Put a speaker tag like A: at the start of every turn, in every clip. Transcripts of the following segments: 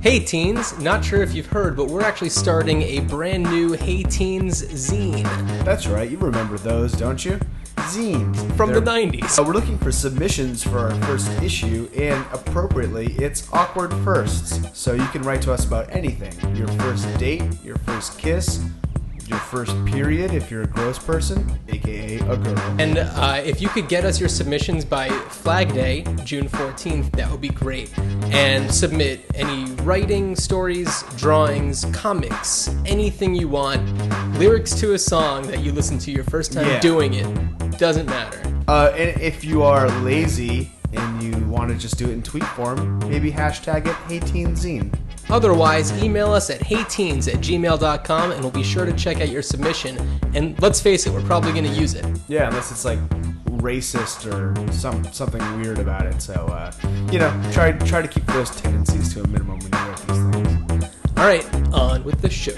A: Hey teens, not sure if you've heard, but we're actually starting a brand new Hey Teens zine
B: That's right, you remember those, don't you? Zines.
A: from the
B: They're-
A: 90s.
B: So uh, we're looking for submissions for our first issue, and appropriately, it's Awkward Firsts. So you can write to us about anything your first date, your first kiss, your first period if you're a gross person, aka a girl.
A: And uh, if you could get us your submissions by Flag Day, June 14th, that would be great. And submit any writing, stories, drawings, comics, anything you want, lyrics to a song that you listened to your first time
B: Yeah.
A: doing it, doesn't matter.
B: Uh, and if you are lazy and you want to just do it in tweet form, maybe hashtag it HeyTeenZine.
A: Otherwise, email us at heyteens at gmail.com and we'll be sure to check out your submission. And let's face it, we're probably going to use it.
B: Yeah, unless it's like racist or some something weird about it. So uh, you know, try try to keep those tendencies to a minimum when you write these things.
A: All right, on with the show.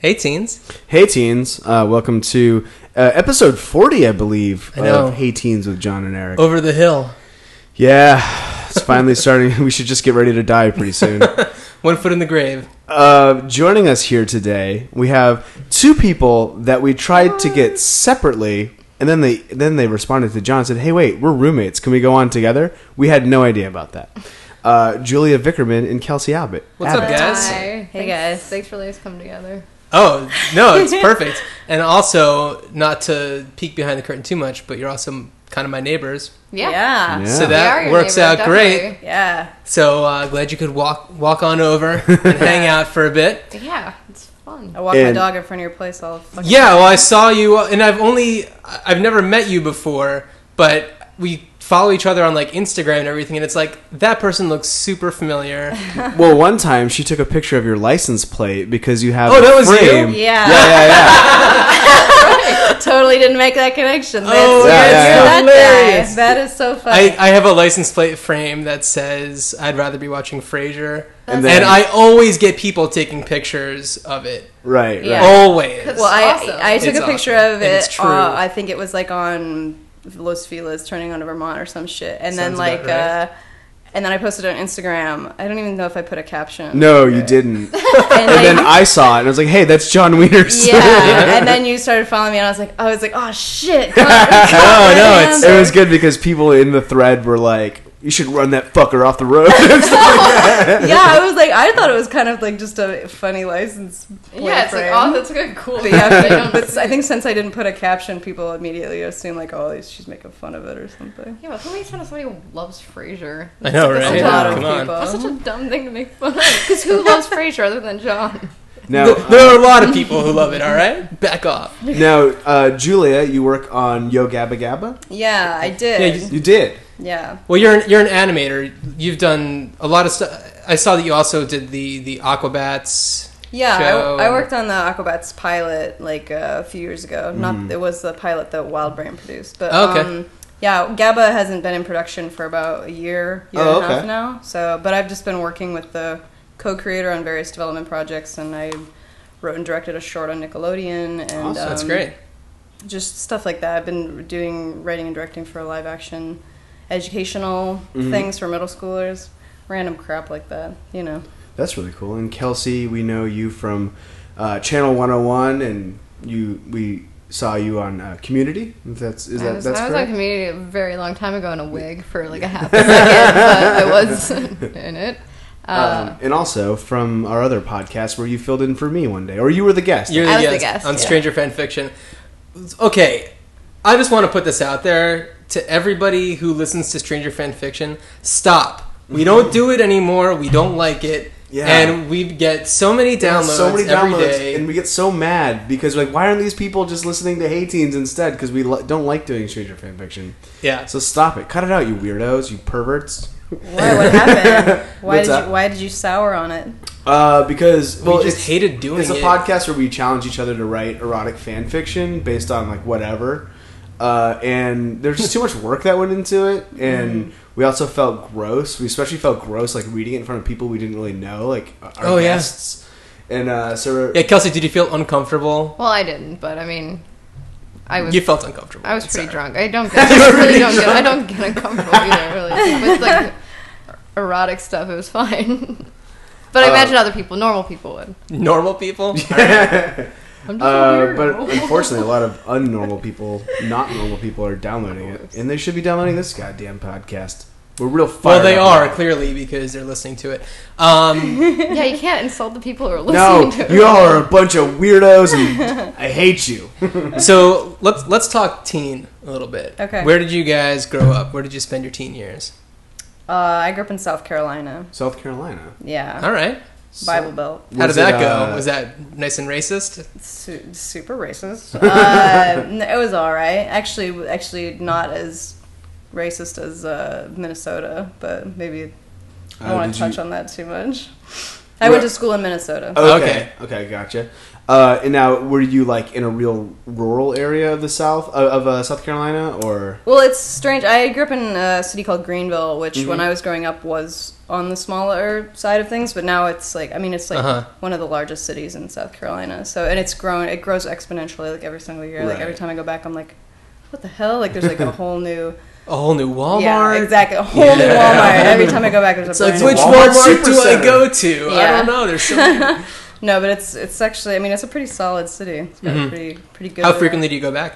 A: Hey, teens.
B: Hey teens, uh, welcome to uh, episode forty, I believe,
A: I know.
B: of Hey Teens with John and Eric.
A: Over the hill.
B: Yeah, it's finally starting. We should just get ready to die pretty soon.
A: One foot in the grave.
B: Uh, joining us here today, we have two people that we tried to get separately, and then they then they responded to John and said, "Hey, wait, we're roommates. Can we go on together?" We had no idea about that. Uh, Julia Vickerman and Kelsey Abbott.
A: What's up,
B: Abbott.
A: guys?
C: Hi.
D: Hey,
C: thanks,
D: guys.
C: Thanks for letting us come together.
A: Oh, no, it's perfect. and also, not to peek behind the curtain too much, but you're also kind of my neighbors.
C: Yeah.
D: Yeah.
B: Yeah.
A: So
C: We are
A: that
C: your
A: works
C: neighbor,
A: out great.
C: definitely.
D: Yeah.
A: So uh, glad you could walk walk on over and hang out for a bit.
C: Yeah, it's fun.
D: I walk my
B: And-
D: dog in front of your place all fucking
A: Yeah, well, I saw you, uh, and I've only I've never met you before, but we follow each other on like Instagram and everything, and it's like that person looks super familiar.
B: Well, one time she took a picture of your license plate because you have
A: Oh,
B: a
A: that was you?
B: frame.
D: Yeah.
B: yeah, yeah, yeah.
D: totally didn't make that connection. That's,
A: Oh,
B: yeah,
D: that's,
B: yeah,
A: yeah.
D: that guy.
A: Hilarious.
D: That is so funny.
A: I, I have a license plate frame that says I'd rather be watching Frasier,
B: And
A: and,
B: then-
A: I always get people taking pictures of it.
B: right,
D: Yeah.
B: right.
A: Always.
D: well, I,
C: awesome.
D: I took
A: It's
D: a picture
A: awesome.
D: of
A: And it's
D: it.
A: true.
D: Uh, I think it was like on Los Feliz turning onto Vermont or some shit. And then
A: Sounds
D: like,
A: about right.
D: uh, and then I posted it on Instagram. I don't even know if I put a caption.
B: No, you didn't.
D: And,
B: And then
D: like-
B: I saw it and I was like, "Hey, that's John Wieners."
D: yeah. and then you started following me, and I was like, I was like, oh shit. no,
B: No, no, it's, it was good because people in the thread were like, "You should run that fucker off the road."
D: yeah, I was like, I thought it was kind of like just a funny license. plate
C: Yeah, it's like,
D: frame.
C: oh, that's a good, cool.
D: But yeah, but I think since I didn't put a caption, people immediately assume like, oh, she's making fun of it or something.
C: yeah, but who makes fun of somebody who loves Frasier?
A: I know, right?
D: a lot of
A: Come on.
D: people.
C: That's such a dumb thing to make fun of. Because who loves Frasier other than John?
B: now,
A: Th- there are a lot of people who love it. All right, back off.
B: now, uh, Julia, you work on Yo Gabba Gabba.
D: Yeah,
A: Yeah,
D: I
A: you-
D: did.
B: You did.
D: Yeah,
A: Well, you're an, you're an animator. You've done a lot of stuff. I saw that you also did the the Aquabats.
D: yeah.
A: Show.
D: I, I worked on the Aquabats pilot like uh, a few years ago. Not it was the pilot that Wild Brain produced, but
A: Mm. Oh, Okay.
D: um, yeah, Gabba hasn't been in production for about a year, year
B: Oh,
D: and a half
B: okay.
D: now. So, but I've just been working with the co-creator on various development projects, and I wrote and directed a short on Nickelodeon. And
B: Awesome.
D: um,
A: That's great.
D: just stuff like that. I've been doing writing and directing for live action educational
A: Mm-hmm.
D: things for middle schoolers, random crap like that, you know.
B: That's really cool. And Kelsey, we know you from uh, Channel One Hundred One, and you we saw you on uh, Community. If That's is
C: I
B: that
C: was,
B: that's
C: I was on
B: correct.
C: Community a very long time ago in a wig for like a half a second, but I was in it. Uh,
B: um, and also from our other podcast where you filled in for me one day, or you were the guest.
A: You're the,
C: I was the
A: guest
C: guest,
A: on
C: yeah.
A: Stranger Fan Fiction. Okay, I just want to put this out there to everybody who listens to Stranger Fan Fiction. Stop. We don't do it anymore. We don't like it.
B: Yeah.
A: And we'd get so many downloads
B: so many
A: every
B: downloads,
A: day.
B: and we get so mad because we're like, why aren't these people just listening to Hey Teens instead? Because we li- don't like doing stranger fan fiction.
A: yeah.
B: So stop it, cut it out, you weirdos, you perverts.
D: Why? What happened? Why
B: What's
D: did
B: up?
D: you Why did you sour on it?
B: Uh, because well,
A: we just
B: it's,
A: hated doing
B: it's a
A: it.
B: podcast where we challenge each other to write erotic fan fiction based on like whatever. Uh, and there's just too much work that went into it, and
A: Mm-hmm.
B: we also felt gross. We especially felt gross like reading it in front of people we didn't really know, like our
A: Oh, yeah.
B: guests. And uh, so
A: yeah, Kelsey, did you feel uncomfortable?
C: Well, I didn't, but I mean, I was.
A: You felt uncomfortable.
C: I was pretty
A: Sorry.
C: drunk. I don't get. I really don't get. I don't get uncomfortable either. Really, with like erotic stuff, it was fine. but I
B: Uh,
C: imagine other people, normal people, would.
A: Normal people?
C: I'm just a
B: Uh, but
C: weirdo.
B: unfortunately, a lot of unnormal people, not normal people, are downloading it, and they should be downloading this goddamn podcast. We're real
A: well,
B: fired
A: they
B: up
A: are,
B: about it.
A: clearly, because they're listening to it. Um,
C: yeah, you can't insult the people who are listening
B: No,
C: to it.
B: you all are a bunch of weirdos, and I hate you.
A: so let's let's talk teen a little bit.
D: Okay.
A: Where did you guys grow up? Where did you spend your teen years?
D: Uh, I grew up in South Carolina.
B: South Carolina.
C: Oh.
D: Yeah,
A: All right.
D: Bible Belt.
A: How
B: Was
A: did that
B: it,
A: go?
B: uh,
A: Was that nice and racist?
D: Su- super racist. uh, n- it was all right. Actually, actually not as racist as uh, Minnesota, but maybe I
B: Uh,
D: don't want
B: did
D: to
B: you-
D: touch on that too much. I
B: Where-
D: went to school in Minnesota.
B: Okay. Okay, gotcha. Uh, and now, were you like in a real rural area of the South of, of uh, South Carolina, or
D: Well, it's strange. I grew up in a city called Greenville, which when
A: Mm-hmm.
D: I was growing up was on the smaller side of things, but now it's like I mean it's like
A: Uh-huh.
D: one of the largest cities in South Carolina. So and it's grown it grows exponentially like every single year. Like
B: Right.
D: every time I go back I'm like what the hell? Like there's like a whole new
A: A whole new Walmart?
D: Yeah, exactly. A whole new Walmart. Every time I go back there's a brand
B: like
D: new
A: Which
B: Walmart
A: Walmart, do I
B: Supercenter.
A: go to? I
D: Yeah.
A: don't know. There's so many.
D: No, but it's it's actually I mean it's a pretty solid city. It's got a pretty pretty good
A: Mm-hmm. How frequently do you go back?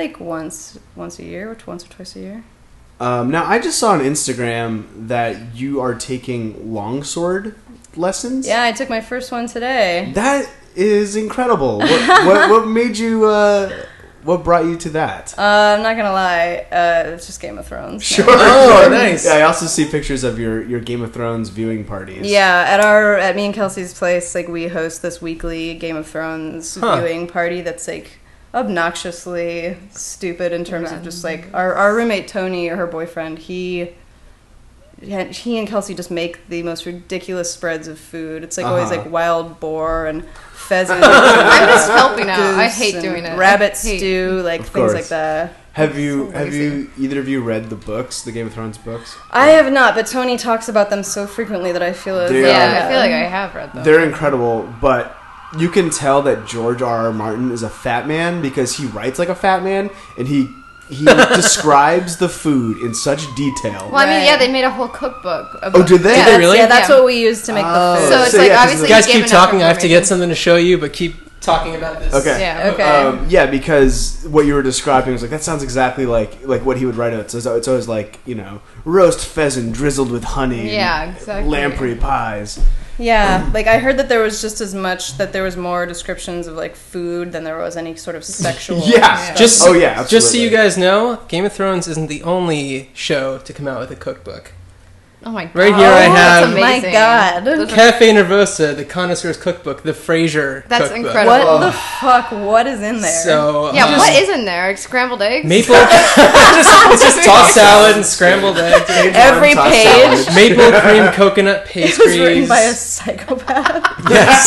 D: Like once once a year, or once or twice a year.
B: Um, now, I just saw on Instagram that you are taking longsword lessons.
D: Yeah, I took my first one today.
B: That is incredible. What, what, what made you? Uh, what brought you to that?
D: Uh, I'm not gonna lie. Uh, it's just Game of Thrones.
A: Oh, nice.
B: Yeah, I also see pictures of your, your Game of Thrones viewing parties.
D: Yeah, at our at me and Kelsey's place, like we host this weekly Game of Thrones
A: Huh.
D: viewing party that's like obnoxiously stupid in terms of just like our our roommate Tony or her boyfriend, he he and Kelsey just make the most ridiculous spreads of food. It's like always
B: Uh-huh.
D: like wild boar and pheasant. I'm
C: I'm just helping out. I hate doing it.
D: Rabbit
C: I hate-
D: stew, like
B: Of
D: things
B: course.
D: like that.
B: Have you
C: So
B: have you either of you read the books, the Game of Thrones books?
D: I have not, but Tony talks about them so frequently that I feel as
B: Dude.
C: Yeah,
B: Yeah.
C: I feel like I have read them.
B: They're incredible, but you can tell that George R. R. Martin is a fat man because he writes like a fat man and he he describes the food in such detail.
C: well, I mean, yeah,
D: Right.
C: they made a whole cookbook. About
B: Oh, did they?
C: Yeah,
B: Did
A: they really?
D: Yeah, that's
C: Yeah.
D: what we use to make the
B: Oh.
D: food.
C: So it's
B: So,
C: like
B: yeah, 'cause the-
C: obviously you
A: guys,
C: gave
A: keep
C: enough
A: talking. I have to get
C: information.
A: something to show you, but keep talking about this.
B: Okay.
C: Yeah.
D: Okay.
B: Um, yeah, because what you were describing was like that sounds exactly like like what he would write. It's, it's always like you know roast pheasant drizzled with honey. and
C: Yeah, exactly.
B: Lamprey pies.
D: Yeah, like I heard that there was just as much that there was more descriptions of like food than there was any sort of sexual.
B: Yeah.
A: Just
B: Oh, yeah,
A: Just so you
B: absolutely.
A: guys know, Game of Thrones isn't the only show to come out with a cookbook.
C: Oh my god.
A: Right here I
C: that's
A: have-
D: Oh My
C: amazing.
D: God.
C: Those are-
A: Cafe Nervosa, the Connoisseur's Cookbook, the Fraser.
C: That's
A: cookbook.
C: incredible.
D: What the fuck? What is in there?
A: So
C: yeah,
A: um,
C: what is in there? Like scrambled eggs?
A: maple? it's just tossed salad and scrambled eggs.
D: Every
B: Tossed
D: page.
B: salad.
A: Maple cream coconut
D: it was written
A: pastries.
D: by a psychopath.
A: yes.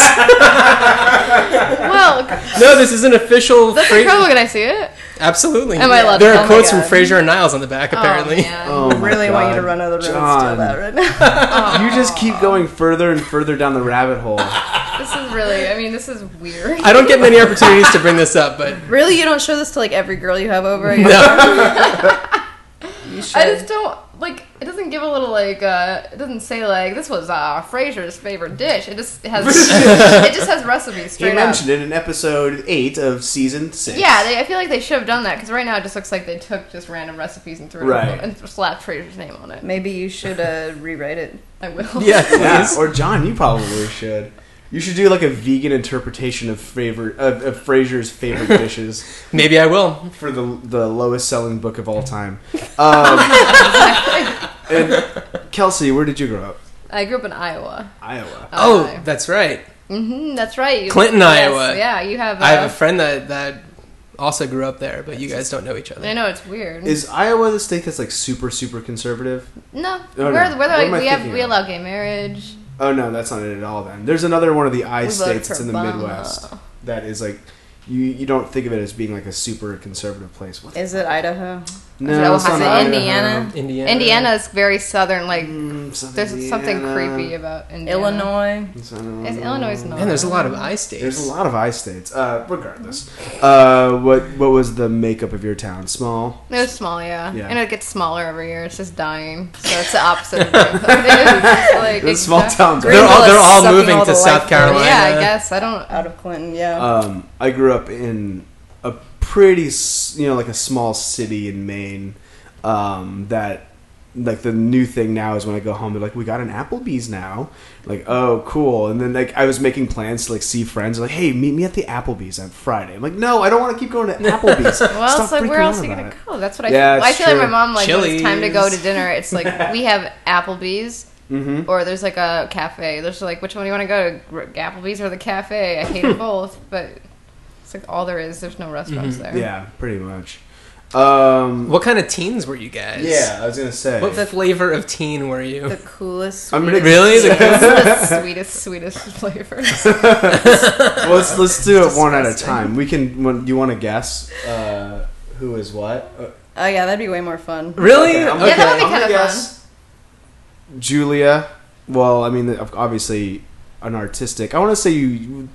C: Well,
A: No, this is an official.
C: that's
A: Fra-
C: incredible. Can I see it?
A: Absolutely.
C: Am I allowed
A: There
C: to-
A: are
C: oh my
A: quotes from
D: God.
A: Fraser and Niles on the back. Apparently.
C: Oh, man.
B: Oh
D: I
B: my
D: really want you to
B: God.
D: run out of the room and steal
B: John,
D: that right now.
B: You just keep going further and further down the rabbit hole.
C: This is really, I mean, this is weird.
A: I don't get many opportunities to bring this up, but
D: Really, you don't show this to like every girl you have over? You,
A: no.
D: you should.
C: I just don't like. It doesn't give a little like. uh It doesn't say like this was uh Fraser's favorite dish. It just has. it just has recipes
B: He
C: straight up.
B: mentioned it in episode eight of season six.
C: Yeah, they, I feel like they should have done that because right now it just looks like they took just random recipes and threw
B: Right.
C: it in- and slapped Fraser's name on it.
D: Maybe you should uh, rewrite it.
C: I will.
A: Yeah,
B: Yeah,
A: please.
B: or John, you probably should. You should do like a vegan interpretation of favorite of, of Frasier's favorite dishes
A: Maybe I will.
B: for the the lowest selling book of all time. Um, and Kelsey, where did you grow up?
C: I grew up in Iowa.
B: Iowa.
A: Oh, that's right.
C: hmm that's right. You-
A: Clinton,
C: yes,
A: Iowa.
C: Yeah, you have. Uh,
A: I have a friend that that also grew up there, but you guys don't know each
C: I
A: other.
C: know it's weird.
B: Is Iowa the state that's like super super conservative?
C: no,
B: Oh,
C: we're,
B: no.
C: we're
B: What
C: like,
B: am I
C: we have
B: thinking
C: we
B: of?
C: allow gay marriage.
B: Oh no, that's not it at all. Then there's another one of the I
C: We voted
B: states
C: for
B: that's in the
C: Obama.
B: Midwest that is like you you don't think of it as being like a super conservative place. What?
D: Is it Idaho?
B: No, it's not
C: Ohio? Is it
B: Idaho.
D: Indiana?
A: Indiana.
C: Indiana is very southern. Like
B: Mm, something
C: there's something
B: Indiana.
C: creepy about Indiana.
D: Illinois.
B: It's
C: Is Illinois not?
A: Man, there's a lot of I states.
B: There's a lot of I states. Uh, regardless, uh, what what was the makeup of your town? Small.
C: It was small, yeah.
B: Yeah.
C: and it gets smaller every year. It's just dying, so it's the opposite. of growth. It's just, like,
B: It's small
C: exact-
B: towns.
A: They're all they're all
D: Sucking
A: moving
D: all
A: to
D: the
A: South
D: life
A: Carolina.
C: Yeah, I guess I don't.
D: Out of Clinton, yeah.
A: Uh,
B: Um, I grew up in a pretty, s- you know, like a small city in Maine. Um, that, like, the new thing now is when I go home, they're like, "We got an Applebee's now." Like, oh, cool. And then like I was making plans to like see friends. Like, hey, meet me at the Applebee's on Friday. I'm like, no, I don't want to keep going to Applebee's.
C: Well,
B: Stop
C: it's like
B: freaking
C: where
B: out
C: else are you
B: about
C: gonna
B: it.
C: go? That's what I.
B: Yeah,
C: feel. I
B: it's
C: feel like
B: true.
C: my mom like when it's time to go to
A: Chili's.
C: dinner. It's like we have Applebee's.
B: Mm-hmm.
C: Or there's like a cafe. There's like which one do you want to go to? R- Applebee's or the cafe? I hate 'em both, but it's like all there is. There's no restaurants there.
B: Mm-hmm. Yeah, pretty much. Um,
A: What kind of teens were you guys?
B: Yeah, I was gonna say.
A: What flavor of teen were you?
D: the coolest.
B: I'm gonna-
D: sweetest-
A: really? The-
C: It's the sweetest, sweetest flavors.
B: Well, let's let's do it one at a
C: disgusting.
B: time. We can. when- You want to guess uh, who is what? Uh,
D: Oh yeah, that'd be way more fun.
A: really?
B: okay, I'm
C: Yeah, that
B: gonna-
C: would be
B: I'm gonna
C: kinda fun.
B: guess Julia. Well, I mean, the- obviously, an artistic. I want to say you- you,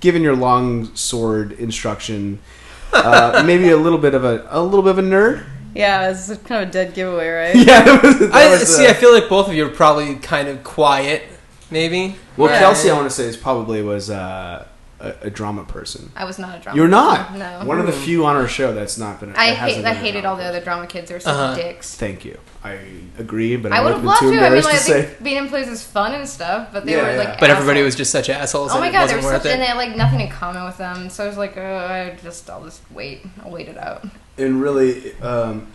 B: given your long sword instruction, uh, maybe a little bit of a a little bit of a nerd.
D: Yeah, it's kind of a dead giveaway, right?
B: Yeah. that was- that
A: I
B: was,
A: see.
B: uh,
A: I feel like both of you are probably kind of quiet, maybe.
B: well,
D: Yeah.
B: Kelsey, I want to say is probably was uh, a, a drama person.
C: I was not a drama.
B: You're not.
C: No.
B: One of the few on our show that's not been.
C: I
B: that hasn't
C: hate.
B: been
C: I
B: a
C: hated
B: drama
C: all the other drama kids. They were such
A: Uh-huh.
C: dicks.
B: Thank you. I agree, but I,
C: I would
B: would
C: have
B: been
C: loved
B: too
C: to. I mean,
B: embarrassed
C: like, I
B: to say.
C: think being in plays is fun and stuff, but they
B: Yeah,
C: were
B: yeah.
C: like.
B: But
A: But everybody
C: assholes.
A: was just such assholes.
C: Oh
A: and
C: my
A: it
C: god, they
A: wasn't
C: were such,
A: worth
C: and
A: it.
C: they had like nothing in common with them. So I was like, uh, I just, I'll just wait, I'll wait it out.
B: And really, um,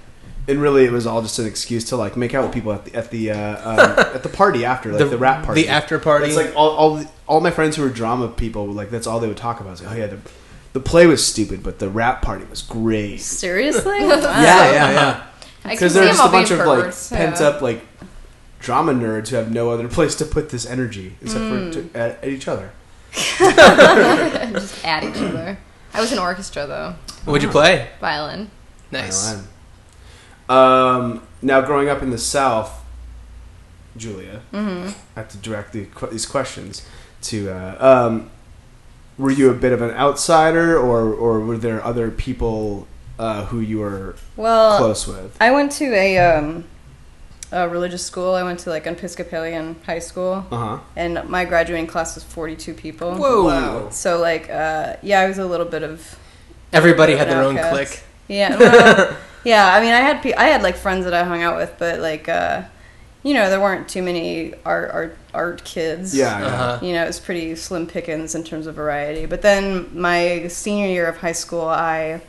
B: and really, it was all just an excuse to like make out with people at the at the uh, um, at the party after, like the, rap party,
A: the after party.
B: It's like all all, the, all my friends who were drama people, were like that's all they would talk about. It's like, oh yeah, the the play was stupid, but the rap party was great.
D: Seriously? Wow.
B: Yeah, yeah, yeah.
C: I can
B: Because
C: see
B: they're
C: them
B: just
C: all
B: a bunch
C: being
B: of like
C: perverts,
B: pent
C: yeah.
B: up like drama nerds who have no other place to put this energy except
C: Hmm.
B: for to, at, at each other.
C: just at each other. I was in orchestra though,
A: What'd you play?
C: violin.
A: Nice.
B: Iran. Um, now, growing up in the South, Julia,
A: Mm-hmm.
B: I have to direct the, que- these questions to. Uh, um, were you a bit of an outsider, or or were there other people uh, who you were
D: Well,
A: Uh.
B: close with?
D: I went to a um, a religious school. I went to like an Episcopalian high school,
B: Uh huh.
D: and my graduating class was 42 people.
A: Whoa.
B: Wow.
D: So like, uh, yeah, I was a little bit of
A: Everybody had their own
D: Outcast.
A: click.
D: Yeah, well, yeah. I mean, I had pe- I had like friends that I hung out with, but like, uh, you know, there weren't too many art art art kids.
B: Yeah. yeah.
A: Uh-huh.
D: You know, it was pretty slim pickings in terms of variety. But then my senior year of high school, I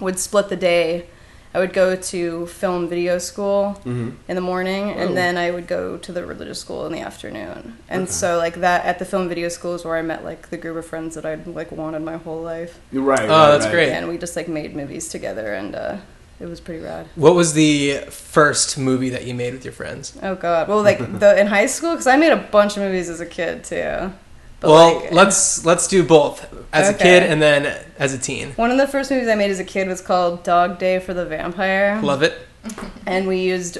D: would split the day. I would go to film video school
B: Mhm.
D: in the morning,
A: Mm. Whoa.
D: and then I would go to the religious school in the afternoon. And
B: Okay.
D: so, like that, at the film video school is where I met like the group of friends that I'd like wanted my whole life
B: You're right.
A: Oh,
B: right,
A: that's
B: right.
A: great.
D: and we just like made movies together and uh it was pretty rad
A: What was the first movie that you made with your friends?
D: oh god well like the in high school because i made a bunch of movies as a kid too but
A: well,
D: like
A: let's let's do both as a
D: Okay.
A: kid and then as a teen.
D: one of the first movies i made as a kid was called dog day for the vampire
A: Love it.
D: and we used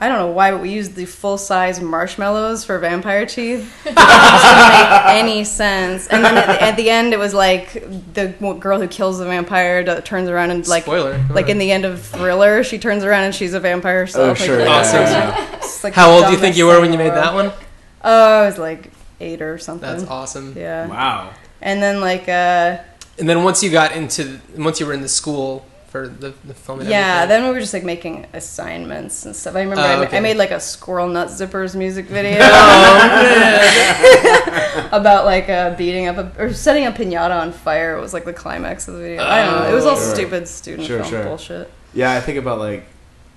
D: I don't know why, but we used the full size marshmallows for vampire teeth. it doesn't make any sense. And then at the, at the end, it was like the girl who kills the vampire d- turns around and like,
A: Spoiler.
D: like in the end of Thriller, she turns around and she's a vampire
B: Oh,
D: herself.
B: sure.
D: Like,
B: yeah,
A: Awesome.
B: yeah, yeah.
D: It's like
A: How
D: the
A: old do you think
D: dumbest
A: you were when
D: thing
A: you
D: in the
A: made
D: world.
A: that one?
D: Oh, I was like eight or something.
A: That's awesome.
D: Yeah.
B: Wow.
D: And then like uh
A: And then once you got into once you were in the school for the, the film and
D: yeah,
A: everything.
D: then we were just like making assignments and stuff. I remember
A: Oh,
D: I, ma-
A: okay.
D: I made like a squirrel nut zippers music video
B: Oh,
D: about like uh, beating up a, or setting a pinata on fire. was like the climax of the video. I don't know. It was all
B: Oh,
D: stupid student
B: Sure,
D: film
B: sure.
D: bullshit.
B: Yeah, I think about like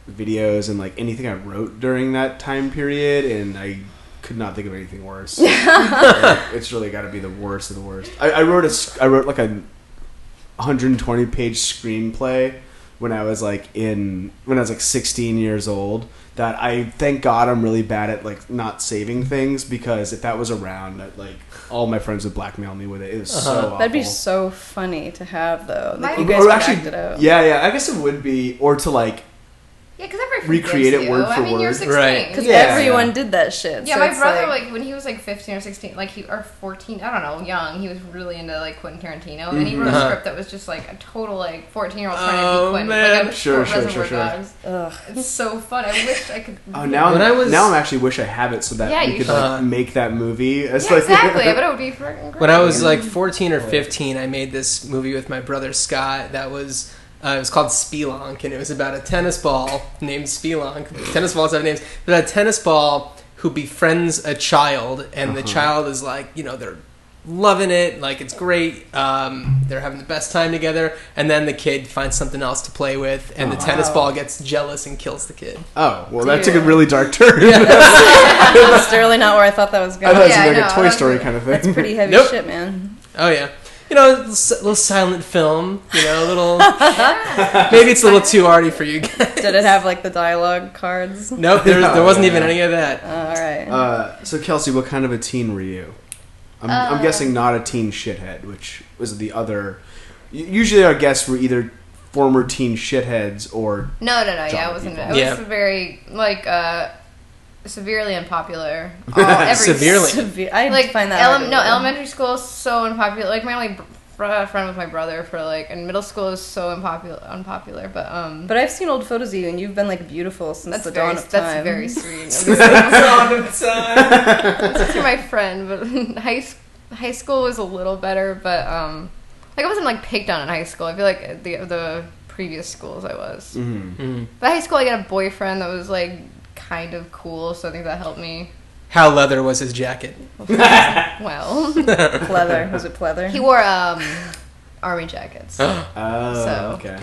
B: videos and like anything I wrote during that time period, and I could not think of anything worse. Like, it's really got to be the worst of the worst. I, I wrote a sc- I wrote like a 120 page screenplay when I was like in when I was like 16 years old. That I thank God I'm really bad at like not saving things because if that was around, that like all my friends would blackmail me with it. It was so awful.
D: Uh-huh. That'd be so funny to have though. Like,
C: Might-
D: you guys
B: Or
D: could
B: actually-
D: act it out.
B: yeah, yeah. I guess it would be, or to like
C: Yeah, because everyone
B: Recreate
C: forgives
B: it
C: you.
B: word
C: I
B: for
C: mean, You're
B: word.
C: 16.
A: Right.
D: Because
B: Yeah.
D: everyone did that shit.
C: Yeah,
D: so
C: my
D: it's
C: brother, like, when he was like 15 or 16, like he or 14, I don't know, young, he was really into like Quentin Tarantino, and he wrote a
A: Mhm.
C: script that was just like a total like 14 year old trying to
A: Oh,
C: be Quentin.
A: man.
C: Like, a
B: Sure, sure,
C: Reservoir
B: sure, sure.
C: Dogs.
D: ugh.
C: It's so fun. I wish I could.
B: Oh, now
A: When
B: i
A: I was-
B: now I'm actually wish I have it so that
C: Yeah,
B: we
C: you
B: could
C: should.
B: like make that movie. It's
C: Yeah,
B: like,
C: exactly, but it would be freaking great.
A: When I was like 14 or 15, I made this movie with my brother Scott that was. Uh, it was called Spelunk, and it was about a tennis ball named Spelunk. tennis balls have names, but a tennis ball who befriends a child, and the child is like, you know, they're loving it, like it's great, um, they're having the best time together, and then the kid finds something else to play with, and the tennis ball gets jealous and kills the kid.
B: oh well, that took
D: Dude.
B: a really dark turn.
D: That's really not where I thought that was
B: I
D: going.
B: thought it was
C: Yeah,
B: like
C: I
B: a
C: know,
B: Toy
C: that's-
B: Story kind of thing.
D: That's pretty heavy
A: Nope.
D: shit, man.
A: Oh yeah, you know, a little, s- little silent film. You know, a little. maybe it's a little too arty for you guys.
D: Did it have like the dialogue cards?
A: Nope, there,
B: No,
A: there wasn't
B: yeah.
A: even any of that.
D: Oh, all right.
B: Uh, so Kelsey, what kind of a teen were you? I'm,
C: Uh,
B: I'm guessing not a teen shithead, which was the other. u- Usually, our guests were either former teen shitheads or
C: No, no, no. Yeah,
B: Jolly
C: I wasn't.
B: people.
C: It
A: Yeah.
C: was very like uh, severely unpopular. All, every,
A: Severely.
D: Severe. I
C: Like
D: find that
C: elem-
D: hard to
C: no
D: believe.
C: elementary school is so unpopular. Like my only br- fr- friend with my brother for like, and middle school is so unpopular. Unpopular, but um,
D: But I've seen old photos of you, and you've been like beautiful since
C: that's
D: the
C: very
D: dawn of time.
C: that's very sweet. That's my friend, but high s- high school was a little better, but um, like I wasn't like picked on in high school. I feel like the the previous schools I was.
A: Mm-hmm.
B: Mhm.
A: Mm.
C: But high school, I got a boyfriend that was like kind of cool, so I think that helped me.
A: How leather was his jacket?
C: Well,
D: pleather. Was it pleather?
C: he wore um, army jackets.
B: Oh,
C: So.
B: okay.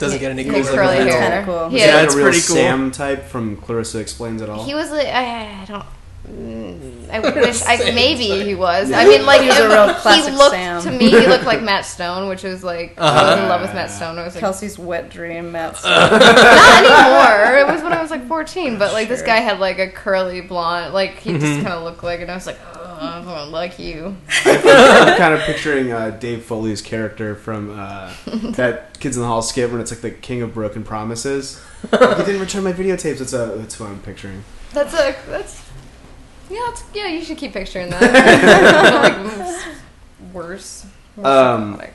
A: Doesn't get any
C: He had
A: cooler.
C: curly
A: than that.
D: That's
C: hair.
D: kinda cool.
C: He,
B: Is
A: Yeah,
B: that
C: had,
A: it's
B: a real
A: pretty cool.
B: Sam type from Clarissa Explains It All?
C: he was like I, I don't. mm, I wish I maybe he was. I mean, like
D: He was a
C: it-
D: real
C: he
D: classic
C: looked
D: Sam.
C: to me. He looked like Matt Stone, which was like
B: Uh-huh.
C: I was in love with Matt Stone. I was like,
D: Kelsey's wet dream. Matt's
C: not anymore. It was when I was like 14. But like this guy had like a curly blonde, like he
B: Mm-hmm.
C: just kind of looked like, and I was like, oh, I don't like you.
B: I'm kind of picturing uh, Dave Foley's character from uh, that Kids in the Hall skit when it's like the King of Broken Promises. he didn't return my videotapes. That's uh that's what I'm picturing.
C: That's a that's yeah, that's, yeah. You should keep picturing that. like, it's worse. More
B: Um,
C: psychotic.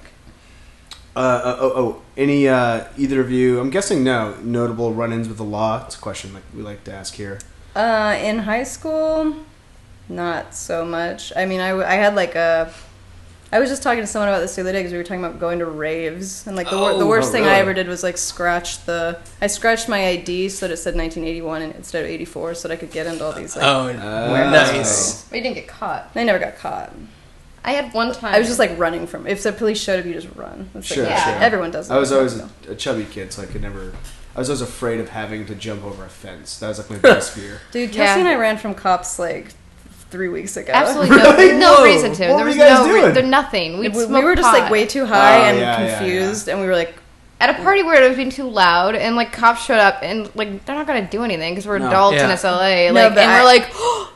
B: Uh, uh, oh, oh, any uh, either of you? I'm guessing no notable run-ins with the law. It's a question like we like to ask here.
D: Uh, in high school, not so much. I mean, I, w- I had like a. I was just talking to someone about this the other day because we were talking about going to raves and like the, wor- the
A: Oh,
D: worst
A: oh,
D: thing
A: really?
D: I ever did was like scratch the I scratched my ID so that it said 1981 and instead of 84 so that I could get into all these like
A: Oh,
B: Uh,
A: nice.
C: but you didn't get caught.
D: I never got caught.
C: I had one time.
D: I was just like running from if the police showed up you just run. It's
B: Sure,
D: like, yeah,
B: sure.
D: everyone does.
B: I was
D: that.
B: always a, a chubby kid, so I could never. I was always afraid of having to jump over a fence. That was like my biggest fear.
D: dude. Kelsey
C: Yeah.
D: and I ran from cops like three weeks ago.
C: absolutely
B: Really?
C: no, no
B: Whoa.
C: reason to.
B: What
C: there
B: were
C: was
B: you guys
C: no re-
B: doing?
C: there nothing.
D: We,
C: We'd
D: we
C: smoked
D: were just like
C: pot.
D: way too high
B: Oh,
D: and
B: yeah, yeah, yeah.
D: confused, and we were like,
C: at a party where it was being too loud, and like cops showed up, and like they're not gonna do anything because we're
B: No.
C: adults
A: Yeah.
C: in SLA.
D: No,
C: Like,
D: but
C: and
D: I-
C: we're like,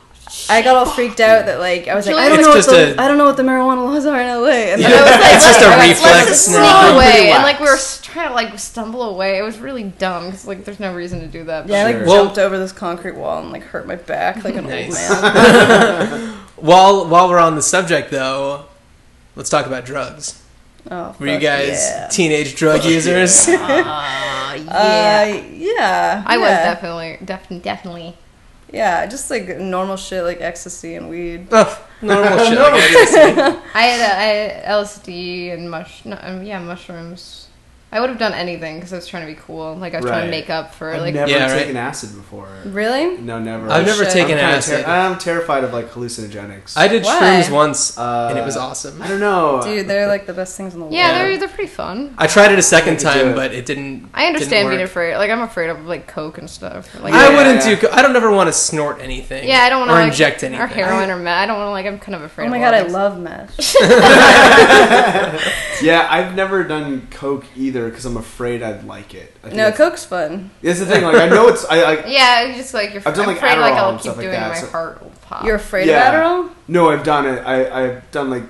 D: I got all freaked out that like I was like I don't
A: It's
D: know what
A: just
D: the
A: a-
D: I I don't know what the marijuana laws are in LA.
C: And
D: And then
C: I was like,
A: It's just a
C: let's-
A: reflex
C: Let's just sneak
A: now.
C: away,
D: Relax.
C: and like we were s- trying to like stumble away. It was really dumb because like there's no reason to do that.
D: yeah, I like
B: Sure.
A: Well-
D: jumped over this concrete wall and like hurt my back like an
A: Nice.
D: old man.
A: While while we're on the subject though, let's talk about drugs.
D: Oh,
A: Were you
D: fuck
A: guys
D: Yeah.
A: teenage drug users?
C: Aw, yeah.
D: Uh, yeah.
C: I was
D: yeah.
C: definitely, definitely, definitely.
D: Yeah, just like normal shit like ecstasy and weed.
A: Oh, normal shit.
B: Normal.
A: I guess.
C: I had, a, I had LSD and mush, no, um, yeah, mushrooms. I would have done anything because I was trying to be cool. Like I was trying
B: Right.
C: to make up for
B: I've
C: like.
B: never
A: Yeah, right.
B: taken acid before.
D: Really?
B: No, never.
A: I've
D: never
A: never
D: shit.
A: taken
B: I'm kinda ter-
A: acid.
B: I'm terrified of like hallucinogenics.
A: I did
C: Why?
A: shrooms once,
B: Uh,
A: and it was awesome.
B: I don't know.
D: Dude, they're like the best things in the world.
C: Yeah,
A: Yeah.
C: they're they're pretty fun.
A: I tried it a second
B: You could do
A: time,
B: it.
A: but it didn't.
C: I understand
A: didn't
C: being
A: work.
C: afraid. Like I'm afraid of like coke and stuff. Like,
A: I
B: Yeah.
A: wouldn't do. co- I don't ever want to snort anything.
C: Yeah, I don't want
A: or
C: to like,
A: inject anything.
C: or heroin or meth. I don't want to like. I'm kind of afraid.
D: Oh my
C: of
D: god, I
C: all these-
D: love meth.
B: yeah, I've never done coke either because I'm afraid I'd like it. I think
D: no,
B: that's-
D: coke's fun.
B: That's the thing. Like I know it's. I, I
C: Yeah, you just like you're.
B: I've done,
C: I'm
B: like,
C: afraid like
B: Adderall
C: I'll
B: and
C: keep
B: stuff like
C: doing
B: that,
C: my
B: so-
C: heart will pop.
D: You're afraid
B: Yeah.
D: of Adderl?
B: no, I've done it. I I've done like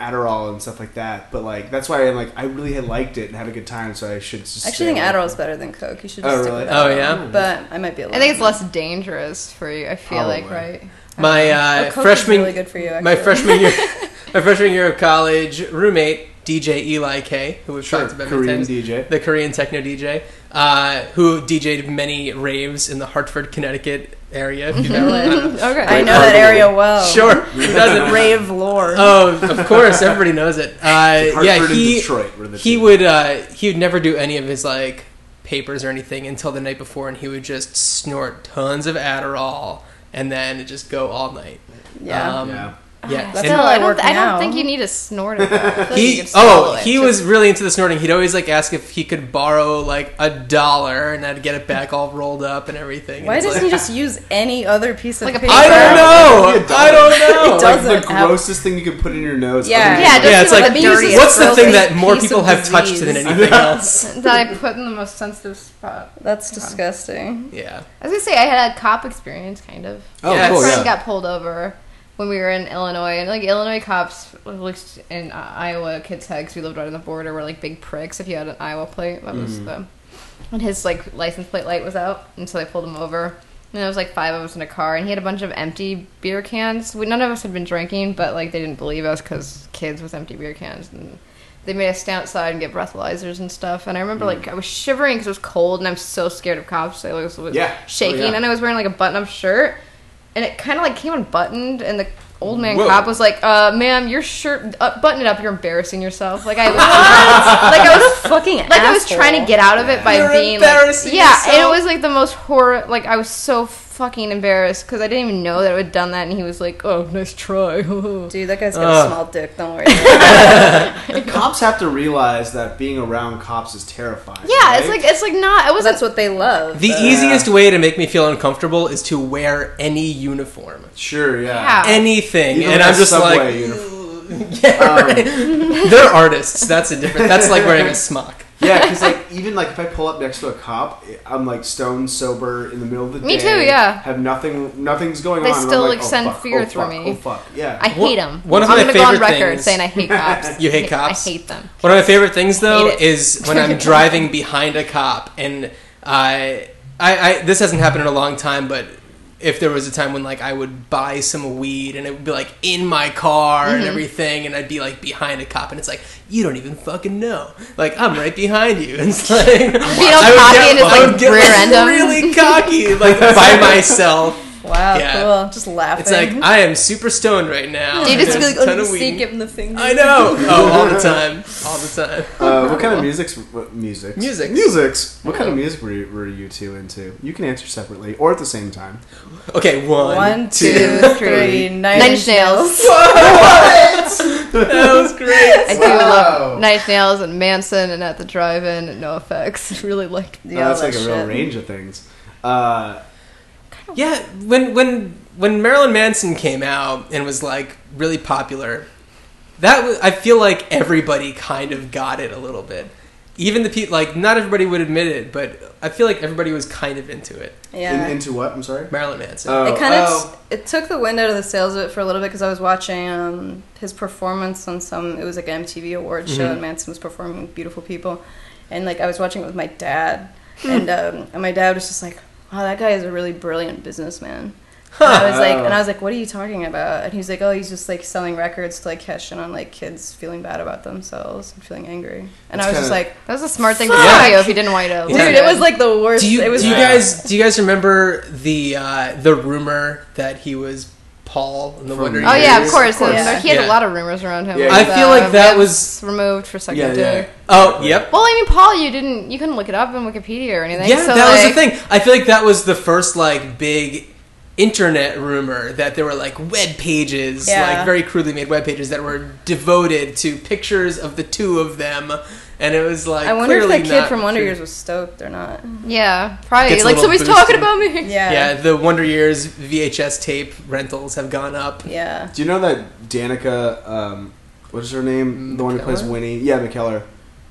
B: Adderall and stuff like that. But like that's why I'm like I really had liked it and had a good time. So I should just.
D: I actually think
B: stay away
D: Adderall's
B: from
D: better than coke. You should
B: Oh,
D: just stick
B: really?
D: with
A: Oh,
D: Adderall.
A: yeah?
D: But I might be a little
C: I think it's less dangerous for you. I feel like
B: Probably.
C: right.
A: My
D: Oh,
A: uh,
D: coke is
A: freshman,
D: really good for you,
A: my
D: actually.
A: freshman year, my freshman year of college, roommate DJ Eli K, who we've
B: Sure,
A: talked about many
B: Korean
A: times,
B: DJ.
A: the Korean techno DJ, uh, who DJ'd many raves in the Hartford, Connecticut area. If you've ever, I don't know.
C: Okay.
D: I
B: Great
D: know that
B: carnival.
D: area well.
A: Sure, who doesn't?
D: Rave lore.
A: Oh, of course, everybody knows it. Uh,
B: Hartford
A: yeah,
B: and
A: he
B: Detroit were the
A: he
B: two.
A: would uh, he would never do any of his like papers or anything until the night before, and he would just snort tons of Adderall and then just go all night.
D: yeah.
A: um,
B: Yeah.
A: Yeah,
D: That's
A: and-
D: how
C: Still, I
D: I
C: don't.
D: work
C: I don't
D: now.
C: think you need to snort it. though. I feel like you
A: he
C: can swallow
A: oh
C: it.
A: he
C: Just-
A: was really into the snorting he'd always like ask if he could borrow like a dollar and i'd get it back all rolled up and everything And
D: Why
A: it's
D: doesn't
A: like,
D: he just use any other piece of
C: Like a
D: paper?
C: piece
A: i
C: Yeah,
A: don't know
B: it would be a
A: i
B: dollar.
A: don't
D: It
A: know
D: does-
B: Like the
D: Doesn't have-
B: grossest thing you could put in your nose.
D: Yeah.
B: other than-
C: Yeah, just
A: yeah it's
C: like
A: like
C: the
D: dirtiest,
A: what's the thing
D: grossest
A: that more
D: piece
A: people
D: of
A: have touched than
D: disease.
A: anything else
C: that I put in the most sensitive spot.
D: That's disgusting.
A: yeah
C: I was gonna say I had a cop experience, kind of.
B: Oh,
A: Yeah,
B: cool.
A: it's
C: friend
B: Yeah.
C: got pulled over when we were in Illinois, and like Illinois cops, at least in uh, Iowa, kids had 'cause we lived right on the border, were like big pricks if you had an Iowa plate. That
B: Mm-hmm.
C: was the, and his like license plate light was out, and so they pulled him over. And there was like five of us in a car, and he had a bunch of empty beer cans. We, none of us had been drinking, but like they didn't believe us because kids with empty beer cans. And they made us stay outside and get breathalyzers and stuff. And I
B: Mm.
C: remember like I was shivering because it was cold, and I'm so scared of cops. I was, was
B: Yeah. Oh,
C: shaking,
B: yeah.
C: and I was wearing like a button-up shirt, and it kind of like came unbuttoned, and the old man
B: Whoa.
C: cop was like, uh, "Ma'am, your shirt uh, button it up. You're embarrassing yourself." Like I was, like I was
D: Fucking
C: like I was trying to get out of it by
A: You're
C: being
A: embarrassing
C: like, yeah, and it
A: yourself.
C: was like the most horror. Like I was so fucking embarrassed because I didn't even know that I had done that, and he was like, "Oh, nice try."
D: Dude, that guy's got
A: Ugh.
D: a small dick. Don't worry.
B: Cops have to realize that being around cops is terrifying.
C: Yeah, it's
B: right?
C: like it's like not. It wasn't.
D: That's what they love.
A: the
D: though.
A: easiest way to make me feel uncomfortable is to wear any uniform
B: sure.
C: Yeah.
B: Yeah.
A: anything
B: Even
A: and
B: like
A: i'm just
B: subway
A: like
B: uniform.
A: yeah, right. they're artists that's a different that's like wearing a smock
B: yeah, because like even like if I pull up next to a cop, eh, I'm like stone sober in the middle of the
C: Me
B: day.
C: too, yeah.
B: Have nothing. Nothing's going
C: They
B: on. and I'm
C: still,
B: like,
C: like,
B: oh,
C: send
B: fuck,
C: fear
B: oh,
C: through
B: fuck,
C: me.
B: Oh fuck. Yeah.
C: I
A: One-
C: hate them.
A: one of
C: I'm
A: my
C: gonna go on
A: favorite
C: record
A: things-
C: saying I hate cops.
A: You hate
C: I
A: cops?
C: I hate them.
A: One of my favorite things, though,
C: Hate it.
A: is when I'm driving behind a cop, and I, I, I, this hasn't happened in a long time, but if there was a time when like I would buy some weed and it would be like in my car
C: Mm-hmm.
A: and everything, and I'd be like behind a cop, and it's like you don't even fucking know, like I'm right behind you, and it's like you know,
C: cocky and it's, like, rear end him.
A: really cocky, like by myself.
D: Wow,
A: Yeah.
D: cool. Just laughing.
A: It's like I am super stoned right now.
C: Dude, it's
A: There's
C: like,
A: a
C: "Oh,
D: oh,
A: ton of weed.
D: give him the finger.
A: I know. Oh, all the time, all the time.
B: Uh, what kind of music's what, music?
A: Musics.
B: Musics. What kind of music were you, were you two into? You can answer separately or at the same time.
A: Okay, one,
D: One,
A: two.
D: two, three. Nine,
C: Nine Inch Nails.
A: That was great.
C: I do love Nine Inch Nails and Manson and At the Drive-In and No Effects. Really liked.
D: Yeah,
B: Uh, that's
D: all
B: like
D: that
B: a real
D: shit.
B: range of things. Uh,
A: Yeah, when when when Marilyn Manson came out and was like really popular, that was, I feel like everybody kind of got it a little bit. Even the people like not everybody would admit it, but I feel like everybody was kind of into it.
D: Yeah.
B: in, into what? I'm sorry.
A: Marilyn Manson.
B: Oh,
D: it kind of
B: oh.
D: it took the wind out of the sails of it for a little bit because I was watching um, his performance on some it was like an MTV award
A: Mm-hmm.
D: show and Manson was performing with beautiful people and like I was watching it with my dad
A: Hmm.
D: and um, and my dad was just like wow that guy is a really brilliant businessman and I was like and
A: Oh.
D: I was like what are you talking about and he's like oh he's just like selling records to like cash in on like kids feeling bad about themselves and feeling angry and I was
B: That's
D: just
B: kinda-
D: like
C: That was a smart thing to
A: Fuck!
C: tell you if you didn't want to.
A: Yeah.
D: dude
C: listen
D: it was like the worst
A: do you
D: it was
A: do you
B: Yeah.
A: guys do you guys remember the uh, the rumor that he was Paul and the
B: From-
A: Wonder
C: Oh yeah, of
A: Years.
C: course.
D: course.
C: and there- he had
A: Yeah.
C: a lot of rumors around him.
B: Yeah,
A: I feel like
C: uh,
A: that
C: Vince
A: was-
C: removed for second
B: Yeah,
C: dick.
B: yeah.
A: Oh, yep.
C: Well, I mean, Paul, you didn't, you couldn't look it up on Wikipedia or anything.
A: Yeah,
C: so,
A: that was the
C: like-
A: thing. I feel like that was the first like big internet rumor that there were like web pages,
D: Yeah.
A: like very crudely made web pages that were devoted to pictures of the two of them, and it was like
D: I wonder if
A: clearly
D: that kid
A: not
D: from Wonder
A: true.
D: Years was stoked or not.
C: Yeah, probably.
A: Gets a
C: Like
A: little
C: somebody's
A: boosted.
C: talking about me.
D: Yeah.
A: Yeah, the Wonder Years VHS tape rentals have gone up.
D: Yeah.
B: Do you know that Danica, um, what is her
A: Mm,
B: name? The one who plays
A: McKellar?
B: Winnie. Yeah, McKellar.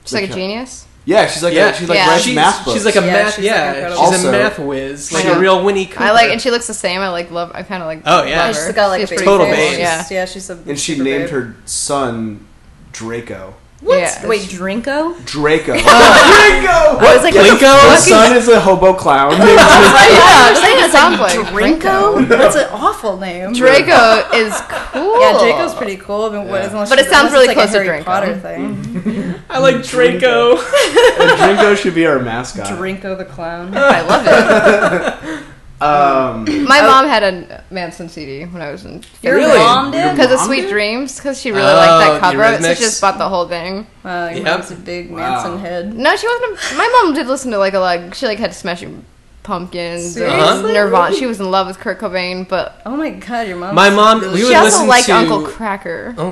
C: She's like a
B: McKe-
C: genius.
B: Yeah, she's like
A: Yeah.
B: a, she's like
C: Yeah.
B: writes
A: She's,
B: math books.
A: she's like a
D: Yeah,
A: math,
D: she's, like,
A: yeah, she's
D: incredible.
B: Also-
A: a math whiz, like
C: Yeah.
A: a real Winnie Cooper.
C: I like, and she looks the same. I like love. I kind of like.
A: Oh, yeah.
C: love
A: She's
C: her.
D: just got, like, a
C: pretty
D: big
A: Total
C: cool.
A: babe.
C: Yeah.
D: Yeah, she's a
B: and she
D: super
B: named
D: babe.
B: her son Draco.
D: What?
C: Yeah.
D: Wait, Drinko?
B: Draco. Draco.
C: I was like,
A: Blinko?
B: Her
A: What?
B: son is a hobo clown.
C: Oh, yeah, that's what it sounds like.
D: Drinko? That's an awful name.
C: Draco is cool.
D: Yeah, Draco's pretty cool, but, what, unless
C: But it
D: she-
C: sounds
D: unless
C: really
D: it's
C: close to
D: like a
C: Drinko. Mm-hmm.
D: Harry Potter
A: Mm-hmm.
D: thing.
A: I like Draco.
B: and Drinko should be our mascot.
D: Drinko the clown.
C: I love it.
B: um,
C: My mom had a Manson CD when I was in
D: Your
A: Really?
D: mom did?
C: because of
B: Mom
C: Sweet
B: did?
C: Dreams because she really liked
A: Oh,
C: that cover, so
A: Eurythmics.
C: she just bought the whole thing.
D: Wow, Uh, your
A: Yep.
D: mom's a big
B: Wow.
D: Manson head.
C: No, she wasn't. A, my mom did listen to like a lot. She like had Smashing Pumpkins, and
A: Seriously?
C: Nirvana. She was in love with Kurt Cobain, but
D: Oh my god, your mom.
A: My mom, we
C: she
A: would
C: also
A: listen
C: liked
A: to
C: Uncle Cracker.
A: Oh,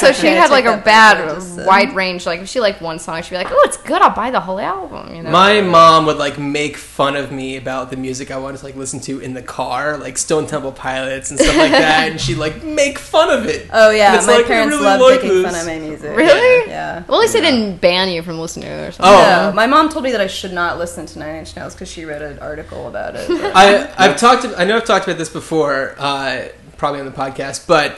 C: So she
D: Yeah,
C: had
D: take
C: like a
D: that back, what I just
C: bad,
D: said.
C: wide range. Like if she liked one song, she'd be like, "Oh, it's good. I'll buy the whole album." You know.
A: My mom would like make fun of me about the music I wanted to like listen to in the car, like Stone Temple Pilots and stuff like that, and she'd like make fun of it.
D: Oh yeah,
A: And it's
D: my
A: like, I
D: parents
A: really
D: love
A: like
D: making
A: this.
D: fun of my music.
C: Really?
D: Yeah.
C: Well, at least they didn't ban you from listening to it or something.
A: Oh.
D: Yeah, my mom told me that I should not listen to Nine Inch Nails because she read an article about it. but-
A: I I've talked. I know I've talked about this before, uh, probably on the podcast, but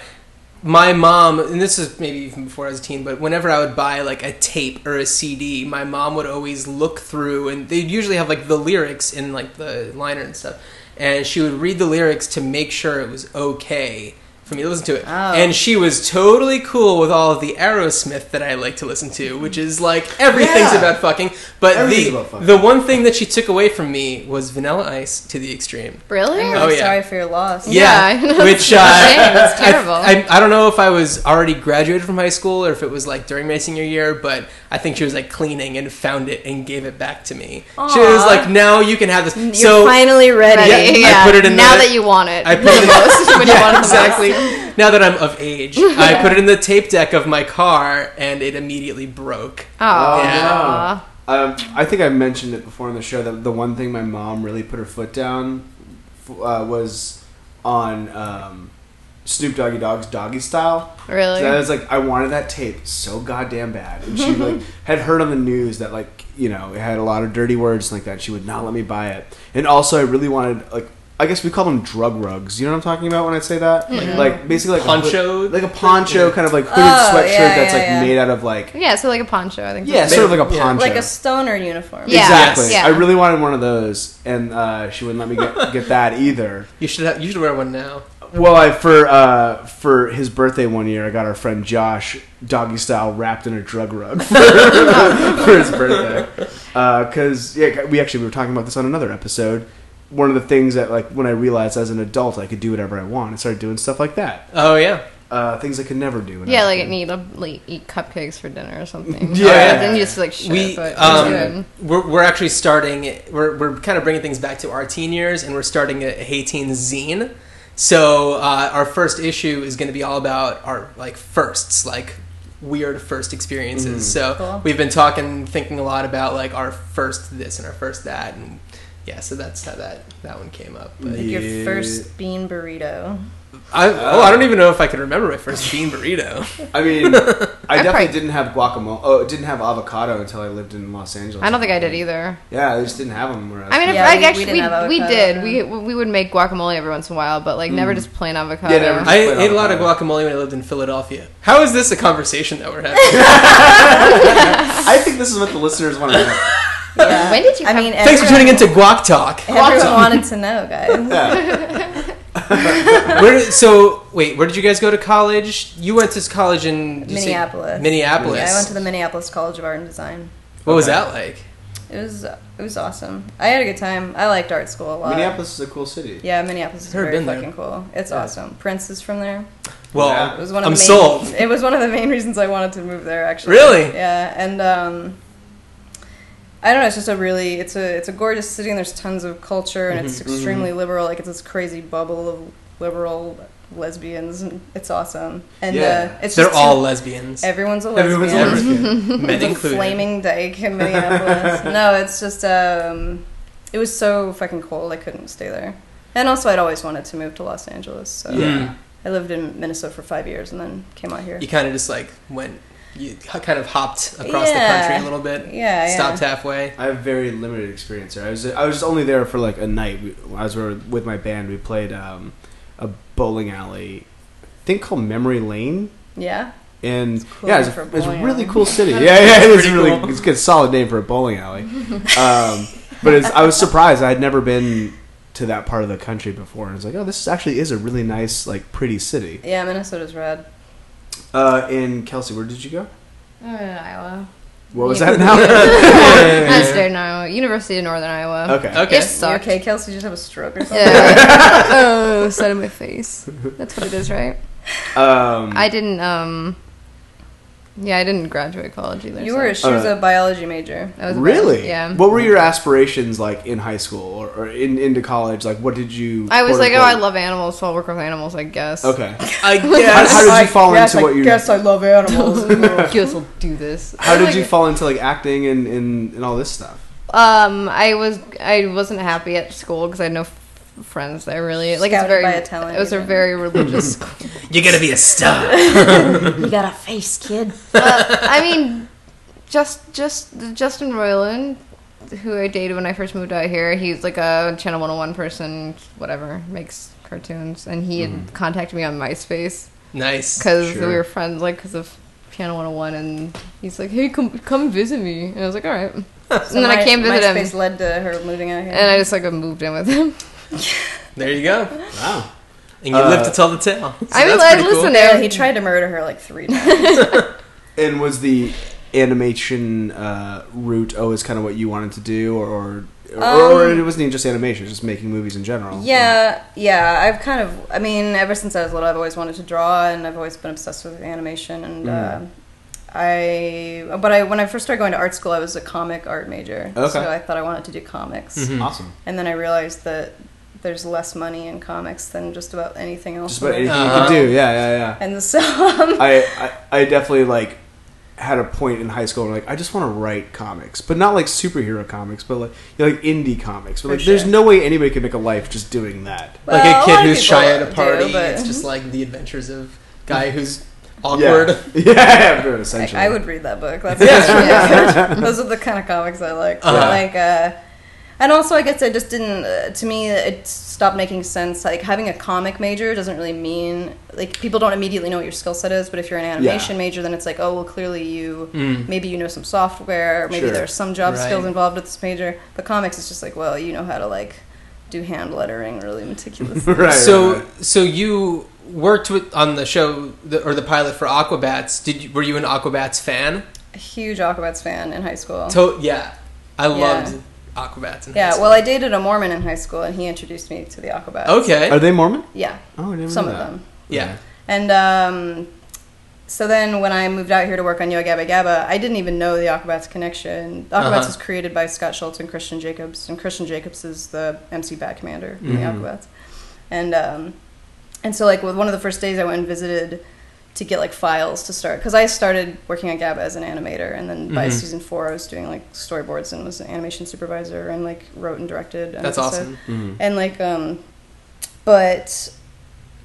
A: my mom, and this is maybe even before I was a teen, but whenever I would buy like a tape or a CD, my mom would always look through, and they'd usually have like the lyrics in like the liner and stuff, and she would read the lyrics to make sure it was okay. For me to listen to it,
D: Oh.
A: and she was totally cool with all of the Aerosmith that I like to listen to, which is like everything's
B: Yeah.
A: about fucking. But
B: Everything's
A: the
B: about fucking.
A: the one thing that she took away from me was Vanilla Ice to the extreme.
C: Really?
D: I'm
A: Oh,
D: really
A: yeah.
D: sorry for your loss.
A: Yeah,
C: Yeah, I know.
A: which uh,
C: Shame, it's
A: I-
C: terrible.
A: I, I, don't know if I was already graduated from high school or if it was like during my senior year, but I think she was like cleaning and found it and gave it back to me. She
D: Aw.
A: was like, "Now you can have this."
C: Mm,
D: You're
A: so
D: finally ready.
A: Yeah. I put it in
C: now
A: the-
C: that you want it.
A: I put it in
C: most when you want it the most.
A: exactly. Now that I'm of age, I put it in the tape deck of my car, and it immediately broke.
C: Oh,
A: Yeah.
B: um, I think I mentioned it before on the show that the one thing my mom really put her foot down f- uh, was on um, Snoop Doggy Dogg's Doggy Style.
C: really?
B: So I was like, I wanted that tape so goddamn bad. And she like had heard on the news that like you know it had a lot of dirty words and like that. She would not let me buy it. And also, I really wanted like I guess we call them drug rugs. You know what I'm talking about when I say that? Like, like basically like
A: Poncho?
B: a, hood- like a poncho kind of like hooded
D: Oh,
B: sweatshirt
D: yeah,
B: that's
D: yeah,
B: like
D: yeah.
B: made out of like
C: yeah, so like a poncho, I think.
B: yeah, sort of like a
A: Yeah.
B: poncho.
D: Like a stoner uniform.
C: Yeah.
B: Exactly.
C: Yes.
B: I really wanted one of those, and uh, she wouldn't let me get, get that either.
A: You should have, you should wear one now.
B: Well, I for uh, for his birthday one year, I got our friend Josh doggy style wrapped in a drug rug for, for his birthday. Because yeah, we actually we were talking about this on another episode. One of the things that like when I realized as an adult I could do whatever I want, I started doing stuff like that.
A: Oh yeah,
B: Uh, things I could never do. when I
C: Yeah,
B: was a
C: like
B: kid.
C: it need to like, eat cupcakes for dinner or something.
B: Yeah.
C: Or then you just like shit.
A: we
C: but it's
A: um,
C: good.
A: we're, we're actually starting we're, we're kind of bringing things back to our teen years and we're starting a hey teen zine so uh, our first issue is going to be all about our like firsts like weird first experiences so
D: Cool.
A: we've been talking thinking a lot about like our first this and our first that and yeah so that's how that that one came up but
D: Like
B: Yeah.
D: your first bean burrito.
A: I, oh i don't even know if i can remember my first bean burrito
B: I mean, I definitely
C: probably-
B: didn't have guacamole. Oh, didn't have avocado until I lived in Los Angeles.
C: I don't think I did either.
B: Yeah, I just didn't have them. Where I was
C: I mean, if
D: Yeah,
C: I
D: we- we
C: actually
D: didn't
C: we,
D: have
C: we
D: avocado,
C: did.
D: no.
C: We we would make guacamole every once in a while, but like never just plain avocado.
B: Mm. Yeah, never just-
A: i ate a lot of guacamole when i lived in philadelphia how is this a conversation that we're having
B: I think this is what the listeners want to know.
D: Yeah.
C: When did you
D: I
C: have-
D: mean,
A: thanks for tuning into guac talk
D: Everyone wanted to know, guys.
B: Yeah.
A: Where did, so wait, where did you guys go to college? You went to college in did you say-
D: Minneapolis.
A: Minneapolis.
D: Yeah, I went to the Minneapolis College of Art and Design.
A: what was
B: Okay.
A: that like?
D: It was it was awesome. I had a good time. I liked art school a lot.
B: Minneapolis is a cool city.
D: Yeah, Minneapolis is
A: Never
D: very
A: been there.
D: fucking cool. It's
B: Yeah.
D: awesome. Prince is from there.
A: Well,
B: Yeah.
D: It was one of
A: I'm
D: the main,
A: sold.
D: It was one of the main reasons I wanted to move there. Actually,
A: Really?
D: yeah. And um, I don't know. It's just a really it's a it's a gorgeous city, and there's tons of culture, and
A: Mm-hmm.
D: it's extremely liberal. Like it's this crazy bubble of liberal lesbians, and it's awesome. And
B: Yeah.
D: uh, it's
A: they're
D: just
A: all
D: too-
A: lesbians.
D: everyone's a lesbian.
B: Everyone's everything.
A: men
D: It's a
A: included.
D: flaming dyke in Minneapolis. no, it's just um, it was so fucking cold. I couldn't stay there. And also, I'd always wanted to move to Los Angeles. So
B: Yeah.
D: I lived in Minnesota for five years and then came out here.
A: You kind of just like went, you h- kind of hopped across
D: Yeah.
A: the country a little bit,
D: Yeah, yeah.
A: stopped halfway.
B: I have very limited experience there. I was I was only there for like a night. We, I was we were with my band. We played um, a bowling alley thing called Memory Lane.
D: Yeah.
B: And
D: cool
B: yeah,
D: name
B: it's,
D: for a
B: it's a
D: bowling
B: really
D: alley.
B: cool city. Yeah, yeah, it's
A: Pretty
B: really
A: cool.
B: it's a good solid name for a bowling alley. Um, but it's, I was surprised. I had never been to that part of the country before, and I was like, oh, this actually is a really nice, like, pretty city.
D: Yeah, Minnesota's rad.
B: Uh, and Kelsey, where did you go?
C: Oh, Iowa.
B: What was
C: Yeah.
B: that now?
C: I stayed in Iowa. University of Northern Iowa.
B: okay.
A: Okay.
C: It
D: You
C: sucked.
D: okay, Kelsey, you just have a stroke or something.
C: Yeah. oh, side of my face. That's what it is, right?
B: Um,
C: I didn't. um... Yeah, I didn't graduate college either.
D: You
C: so-
D: were a, she was
B: Alright.
D: a biology major.
C: I was a-
B: really?
C: Yeah.
B: What were your aspirations like in high school or, or in, into college? Like, what did you?
C: I was
B: quote,
C: like, oh, I
B: unquote-
C: love animals, so I'll work with animals, I guess.
B: Okay.
A: I
B: How, how
A: guess.
B: did you fall
D: yes,
B: into
D: I
B: what you?
D: guess I love
C: I
D: animals.
C: guess we'll do this.
B: How did you fall into like acting and, and, and all this stuff?
C: Um, I was I wasn't happy at school because I had no f- friends there really. Like it's
D: Scouted
C: very
D: by a talent
C: it was a
D: agent.
C: very religious. school.
A: You're gonna be a star.
D: you got a face, kid.
C: Uh, I mean, just just Justin Roiland, who I dated when I first moved out here. He's like a Channel 101 person, whatever, makes cartoons, and he
B: Mm-hmm.
C: had contacted me on MySpace
A: nice.
C: because
B: Sure.
C: we were friends, like because of Channel 101, and he's like, hey, come come visit me, and I was like, all right,
D: So
C: and then I
D: my-
C: came visit him,
D: MySpace led to her moving out here.
C: and I just like moved in with him.
A: There you go.
B: Wow.
A: And you
B: Uh,
A: live to tell the tale. So
C: I mean,
A: that's
C: like,
A: pretty
C: listen,
D: yeah, he tried to murder her like three times.
B: And was the animation uh, route always kind of what you wanted to do, or or, or, or
D: Um,
B: it wasn't even just animation, it was just making movies in general?
D: yeah, yeah. I've kind of, I mean, ever since I was little, I've always wanted to draw, and I've always been obsessed with animation. And
A: Mm.
D: uh, I, but I, when I first started going to art school, I was a comic art major,
B: Okay.
D: so I thought I wanted to do comics.
A: Mhm.
B: Hmm. Awesome.
D: And then I realized that there's less money in comics than just about anything else.
B: Just about
D: in the
B: anything
D: world.
A: Uh-huh.
B: you could do. Yeah, yeah, yeah.
D: And so, um,
B: I, I I definitely like had a point in high school where like I just want to write comics, but not like superhero comics, but like you know, like indie comics. But
D: For
B: like, there's
D: sure.
B: no way anybody could make a life just doing that.
A: like
D: well,
A: a
D: lot
A: kid
D: of
A: who's
D: people
A: shy at a
D: do,
A: party.
D: but-
A: it's just like the adventures of guy who's awkward.
B: Yeah, yeah
D: I,
B: essentially.
D: I would read that book. That's
C: Yeah.
D: those are the kind of comics I like. But,
A: Uh-huh.
D: like, uh, and also I guess I just didn't. Uh, to me, it stopped making sense. Like having a comic major doesn't really mean like people don't immediately know what your skill set is. But if you're an animation major, then it's like, oh well, clearly you
A: Mm.
D: maybe you know some software. Or maybe
B: Sure.
D: there's some job
A: Right.
D: skills involved with this major. But comics is just like, well, you know how to like do hand lettering really meticulously.
B: right.
A: so
B: right, right.
A: so you worked with on the show the, or the pilot for Aquabats. Did you, were you an Aquabats fan?
D: A Huge Aquabats fan in high
B: Uh-huh.
D: school.
A: To- yeah, I
D: Yeah.
A: loved Aquabats. In high
D: Yeah,
A: school.
D: well, I dated a Mormon in high school, and he introduced me to the Aquabats.
A: okay,
B: are they Mormon?
D: Yeah,
B: Oh, I didn't
D: some
B: know
D: of
B: that.
D: them.
A: yeah.
D: And um, so then when I moved out here to work on Yo Gabba Gabba, I didn't even know the Aquabats connection. The Aquabats
A: Uh-huh.
D: was created by Scott Schultz and Christian Jacobs, and Christian Jacobs is the MC Bat Commander in the
B: Mhm.
A: Mm-hmm.
D: Aquabats. And um, and so like with one of the first days I went and visited to get like files to start because I started working on Gabba as an animator, and then by
A: Mhm.
D: season four I was doing like storyboards and was an animation supervisor and like wrote and directed. an
A: That's
D: episode
A: awesome.
B: Mhm.
D: and like um but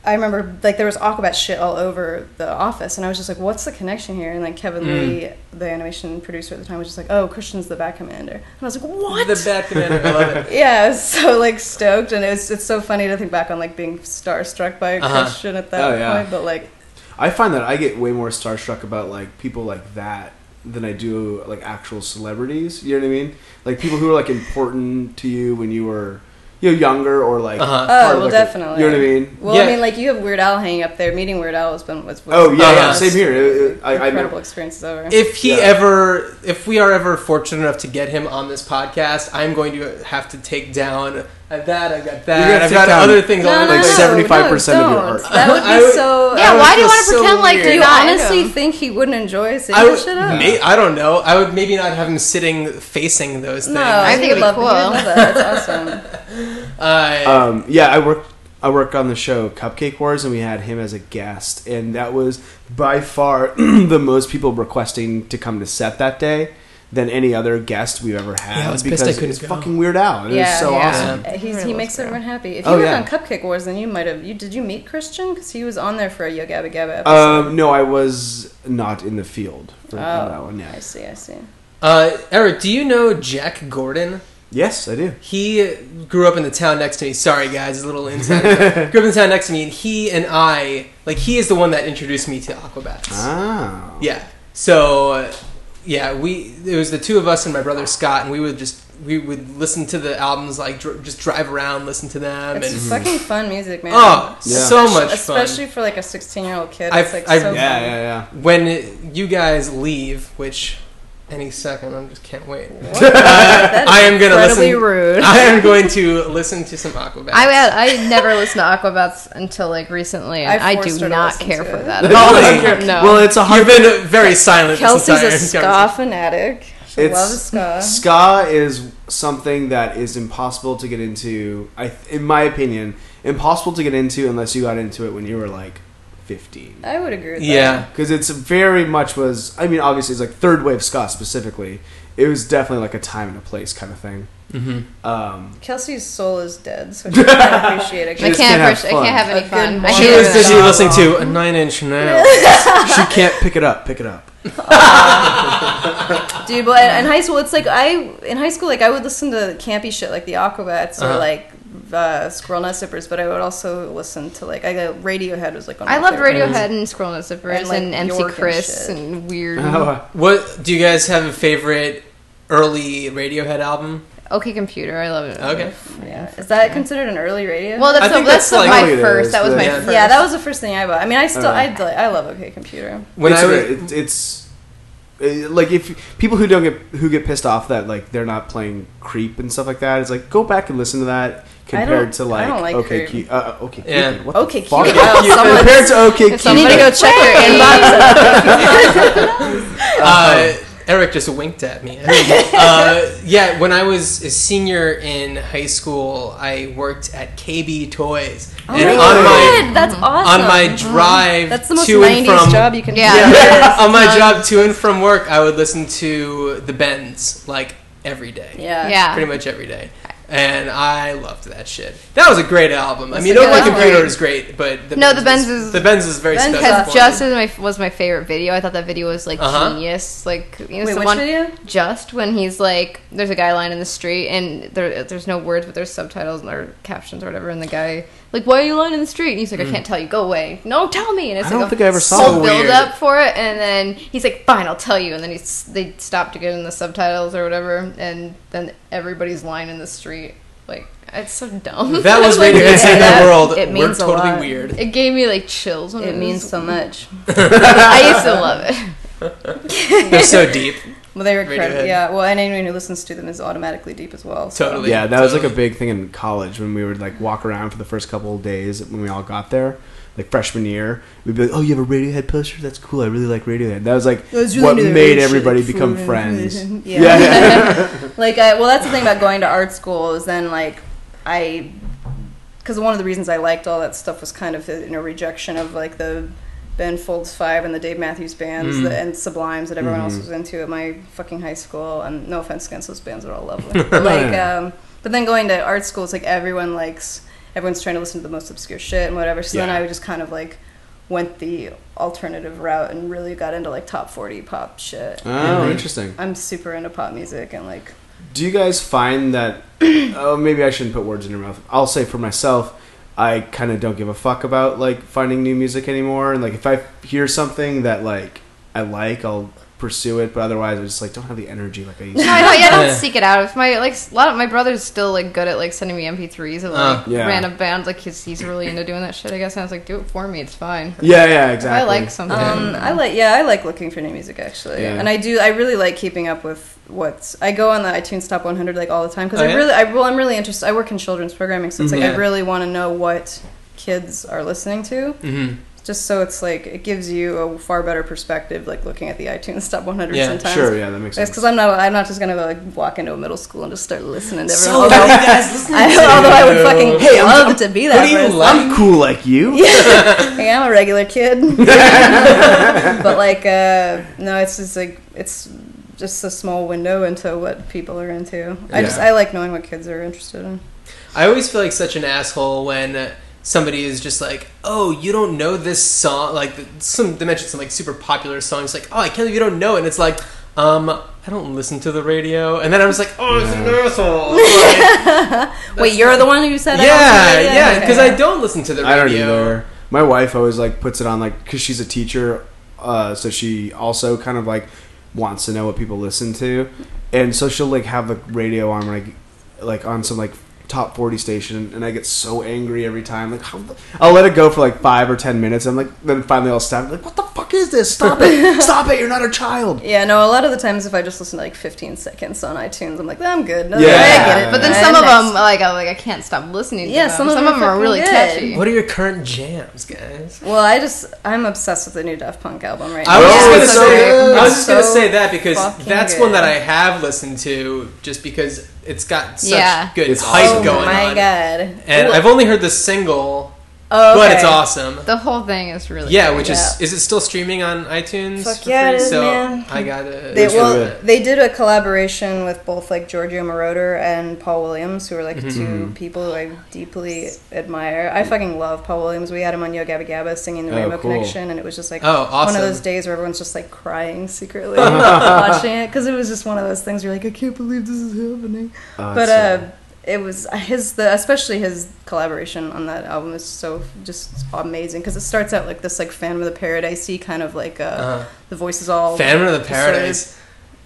D: i remember like there was aquabat shit all over the office and i was just like what's the connection here and like kevin
A: Mm.
D: lee the animation producer at the time was just like oh christian's the bat commander and i was like what
A: The Bat Commander, I love it.
D: yeah, I was so like stoked, and it's it's so funny to think back on like being starstruck by
A: Uh-huh.
D: Christian at that
B: Oh, yeah.
D: point. But like,
B: I find that I get way more starstruck about like people like that than I do like actual celebrities. You know what I mean? Like people who are like important to you when you were you know, younger or like.
A: Uh-huh.
B: hard
D: Oh, well,
B: looking.
D: definitely.
B: You know what I mean?
D: Well,
A: Yeah.
D: I mean, like you have Weird Al hanging up there. Meeting Weird Al has been was, was
B: Oh yeah,
A: Uh-huh.
B: yeah. Same here. It- it- I, I
D: incredible
B: know.
D: experience ever.
A: If he
B: Yeah.
A: ever, if we are ever fortunate enough to get him on this podcast, I'm going to have to take down I've that, I've got
B: You're
A: that,
B: gonna
A: I've
B: take
A: got
B: down
A: other things.
D: No,
A: on
D: no,
B: like
D: no,
B: 75% of your
D: no,
B: art.
D: don't. That would be
A: I would-
D: so.
C: Yeah,
A: I would
C: why do you
A: feel
C: want to
A: so
C: pretend like
A: weird.
C: you're
D: Do you
C: not
D: honestly
C: into him?
D: think he wouldn't enjoy seeing
A: I
D: that shit up?
A: would, may, I don't know. I would maybe not have him sitting facing those things.
D: No,
C: I think
D: he
C: it'd be
D: would love he would
C: cool.
D: love that. That's awesome.
A: Uh,
B: Um, yeah, I worked. I work on the show Cupcake Wars, and we had him as a guest, and that was by far the most people requesting to come to set that day than any other guest we've ever had.
A: Yeah, I was pissed
B: because
A: I couldn't
B: it's
A: go.
B: fucking Weird Al. It was
D: yeah,
B: so
D: yeah.
B: awesome.
D: Uh, He's,
C: Everyone
D: he
C: loves
D: makes
C: Weird Al.
D: everyone happy. If
B: Oh,
D: you worked
B: yeah.
D: on Cupcake Wars, then you might have. You did you meet Christian? Because he was on there for a Yo Gabba Gabba episode.
B: Um, no, I was not in the field for
D: Oh.
B: that one.
D: I
B: Yeah.
D: see. I see.
A: uh, Eric, do you know Jack Gordon?
B: Yes, I do.
A: He grew up in the town next to me. Sorry, guys, a little inside. grew up in the town next to me, and he and I, like, he is the one that introduced me to Aquabats.
B: Oh.
A: Yeah. So, uh, yeah, we it was the two of us and my brother Scott, and we would just we would listen to the albums, like dr- just drive around, listen to them,
D: It's
A: and
D: fucking fun music, man.
A: oh,
B: Yeah.
A: so
D: Especially-
A: much fun.
D: especially for like a 16 year old kid.
A: I've-
D: It's like
A: I've-
D: so
B: Yeah,
D: fun.
B: yeah, yeah.
A: when you guys leave, which any second, I just can't wait. I am gonna
C: incredibly
A: listen.
C: rude.
A: I am going to listen to some Aquabats.
C: I I never listened to Aquabats until like recently, and
D: I
C: I,
D: forced her
C: do
D: to
C: not
D: listen
C: care
D: to
C: for
D: it.
C: that.
A: Really?
C: no.
B: Well, it's a hard.
A: You've been very silent. this
D: Kelsey's a
A: entire
D: ska
A: conversation.
D: fanatic. She
B: It's-
D: loves ska.
B: Ska is something that is impossible to get into. I, in my opinion, impossible to get into unless you got into it when you were like fifteen.
D: I would agree with
A: Yeah.
B: Because it's very much was. I mean, obviously, it's like third wave ska specifically. It was definitely like a time and a place kind of thing.
A: Mm-hmm.
B: Um,
D: that. Kelsey's soul is dead, so she can't appreciate it.
C: I
B: just
C: can't.
B: can't have
C: appreci- I can't
B: fun.
C: have any
D: A
C: fun.
D: good
C: I
D: moral.
A: She
C: hate
A: was
C: it.
A: busy listening to a Nine Inch Nails.
B: she can't pick it up. Pick it up.
D: Dude, but in high school, it's like I in high school, like I would listen to campy shit like the Aquabats
A: Uh-huh.
D: or like uh, Squirrel Nut Zippers, but I would also listen to like I got Radiohead was like one of
C: I
D: my
C: loved
D: favorite
C: Radiohead and Squirrel Nuts
D: And,
C: Zippers
D: like,
C: and, MC
D: York and
C: Chris
D: shit.
C: and weird.
A: What do you guys have a favorite early Radiohead album?
C: Okay, computer. I love it.
A: Okay.
D: bands. Yeah, is that considered an early radio?
C: Well,
A: I
C: that's, the,
A: think that's
C: that's, the-
A: like-
B: I
C: my
B: think it
C: first.
B: is,
C: That was
B: but-
C: my
A: Yeah.
C: first.
D: yeah, that was the first thing I bought. I mean, I still
B: Uh,
A: Uh-huh.
D: I, like- I love OK Computer.
A: When
B: it's
A: I
B: great.
A: was
B: It- it's uh, like if people who don't get who get pissed off that like they're not playing creep and stuff like that, it's like go back and listen to that compared
D: don't-
B: to
D: I
B: like,
D: don't like
B: okay,
D: Creep.
B: Cu- uh, okay,
A: Yeah.
B: Cupid, what
D: OK
B: the fuck?
D: Cupid.
A: You-
D: Oh, someone-
B: compared to okay,
C: You
B: Cupid.
C: need to go check your inbox.
A: uh, Eric just winked at me. uh, yeah, when I was a senior in high school, I worked at KB Toys,
D: Oh
A: and
D: my
A: on my
D: God, that's awesome.
A: on my drive
D: that's the most
A: to and
D: 90s
A: from
D: job you can
C: Yeah.
D: do.
C: Yeah.
D: Yes.
A: on my job to and from work, I would listen to the Bends like every day.
D: Yeah.
C: Yeah.
A: pretty much every day. And I loved that shit. That was a great album. I mean,
D: a
A: Over the
C: good
A: Computer
C: album.
A: is great, but the
C: No, The Benz
A: is,
C: is-
A: the Benz is very
D: Benz
A: special.
C: Because
A: for
C: just
A: me.
C: as my was my favorite video, I thought that video was like
A: Uh-huh.
C: genius. Like you know,
D: Wait, which
C: someone-
D: video?
C: Just when he's like, there's a guy lying in the street, and there, there's no words, but there's subtitles or captions or whatever, and the guy like, why are you lying in the street? And he's
A: Mm.
C: like, I can't tell you, go away. No, tell me. And it's
B: I
C: like
B: don't
C: a
B: think I ever saw
C: whole
A: that. So weird.
C: build up for it, and then he's like, fine, I'll tell you. And then he's they stop to get in the subtitles or whatever, and then everybody's lying in the street. Like it's so dumb.
A: that was
C: Like,
A: Radiohead
D: yeah,
A: saving
D: that-
A: the world.
D: it
A: We're
D: means a
A: totally
D: lot.
A: weird.
C: It gave me like chills when
D: It means so much.
C: I used to love it.
A: They're so deep.
D: Well, they were incredible.
A: Radiohead.
D: Yeah. Well, and anyone who listens to them is automatically deep as well. So.
A: Totally.
B: Yeah, that was like a big thing in college when we would like walk around for the first couple of days when we all got there, like freshman year. We'd be like, "Oh, you have a Radiohead poster? That's cool. I really like Radiohead." That was like what made everybody become friends.
D: Yeah. like, I, well, that's the thing about going to art school is then like I, because one of the reasons I liked all that stuff was kind of in a rejection of like the Ben Folds Five and the Dave Matthews bands
A: Mm.
D: the, and Sublimes that everyone else
B: Mhm.
D: was into at my fucking high school. And no offense against those bands, they're all lovely. But, like, um, but then going to art school, it's like everyone likes. Everyone's trying to listen to the most obscure shit and whatever. So then
B: Yeah.
D: I would just kind of like went the alternative route and really got into like top 40 pop shit.
B: Oh, interesting.
D: I'm super into pop music and like
B: Do you guys find that? oh, maybe I shouldn't put words in your mouth. I'll say for myself, I kind of don't give a fuck about like finding new music anymore. And like, if I hear something that like I like, I'll pursue it, but otherwise I just like don't have the energy like I used
C: No,
B: to.
C: I don't, yeah, I
A: Yeah.
C: don't seek it out. If my like a lot of my brother's still like good at like sending me MP3s of like
B: Oh, Yeah.
C: random bands. Like he's, he's really into doing that shit. I guess and I was like, do it for me. It's fine.
B: Yeah, yeah,
C: If
B: exactly.
C: I like something.
D: Um, I like yeah, I like looking for new music actually,
B: Yeah.
D: and I do. I really like keeping up with what's. I go on the iTunes Top 100 like all the time because
A: Oh,
D: I
A: yeah?
D: really, I well, I'm really interested. I work in children's programming, so it's like
A: Mhm.
D: I really want to know what kids are listening to,
A: hmm
D: just so it's like it gives you a far better perspective, like looking at the iTunes Top 100
A: Yeah,
D: sometimes.
B: Sure, yeah, that makes
D: It's
B: sense.
D: because I'm not. I'm not just gonna go, like walk into a middle school and just start listening to
A: So
D: everyone.
A: many
D: although,
A: guys listening
D: I,
A: to
D: although I
A: you.
D: would fucking
B: Hey, I'm-
D: love to be that.
A: What do you
D: person.
A: like?
B: I'm cool like you.
D: Hey, I'm a regular kid. but like, uh, no, it's just like it's just a small window into what people are into. I just
B: Yeah.
D: I like knowing what kids are interested in.
A: I always feel like such an asshole when uh, somebody is just like, "Oh, you don't know this song." Like th- some they mentioned some like super popular songs, like, "Oh, I can't believe you don't know," it. and it's like, "Um, I don't listen to the radio." And then I was like, "Oh, it's an asshole." Like,
D: Wait, you're the one who said
A: yeah, yeah, because I don't listen to the radio.
B: I don't either. My wife always like puts it on like because she's a teacher, uh, so she also kind of like wants to know what people listen to, and so she'll like have the radio on like like on some like top 40 station and i get so angry every time like how the- i'll let it go for like five or ten minutes i'm like then finally i'll stop like what the fuck is this stop it stop it you're not a child
D: Yeah, no. A lot of the times, if I just listen to like 15 seconds on iTunes, I'm like, I'm good. No,
B: Yeah.
D: I get it.
C: But then
D: And
C: some of
D: next.
C: them like I like I can't stop listening. to
D: Yeah,
C: them.
D: some of them are
C: are really
D: fucking good.
C: catchy.
A: What are your current jams, guys?
D: Well, I just I'm obsessed with the new Daft Punk album right
A: I
D: now.
A: was,
B: Oh,
A: just
B: it's
A: gonna
B: so
A: say,
B: good.
A: I was just gonna
D: So
A: say that because
D: fucking
A: that's one that
D: good.
A: I have listened to just because it's got such
C: Yeah.
A: good
B: It's
A: hype
B: awesome.
A: going
D: oh my
A: on.
D: god.
A: And
D: Ooh.
A: I've only heard the single,
D: Oh,
A: but it's
D: okay.
A: awesome.
C: The whole thing is really
A: Yeah,
C: great.
A: which
D: Yeah.
A: is is it still streaming on iTunes?
D: Fuck
A: for
D: yeah,
A: free?
D: it is,
A: so
D: man.
A: I gotta.
D: They
B: It's
D: well,
B: really good.
D: they did a collaboration with both like Giorgio Moroder and Paul Williams, who are like
A: Mm-hmm.
D: two people who I deeply admire. I fucking love Paul Williams. We had him on Yo Gabba Gabba singing the
B: Oh,
D: Rainbow
B: cool.
D: Connection, and it was just like
A: Oh,
D: one of those
A: awesome.
D: days where everyone's just like crying secretly watching it because it was just one of those things. Where you're like, I can't believe this is happening.
B: Oh,
D: but
B: it's so-
D: uh, it was his the especially his collaboration on that album is so just amazing because it starts out like this like Phantom of the Paradise kind of like uh,
A: Uh,
D: the voices all
A: Phantom of the
D: just sort of-
A: Paradise.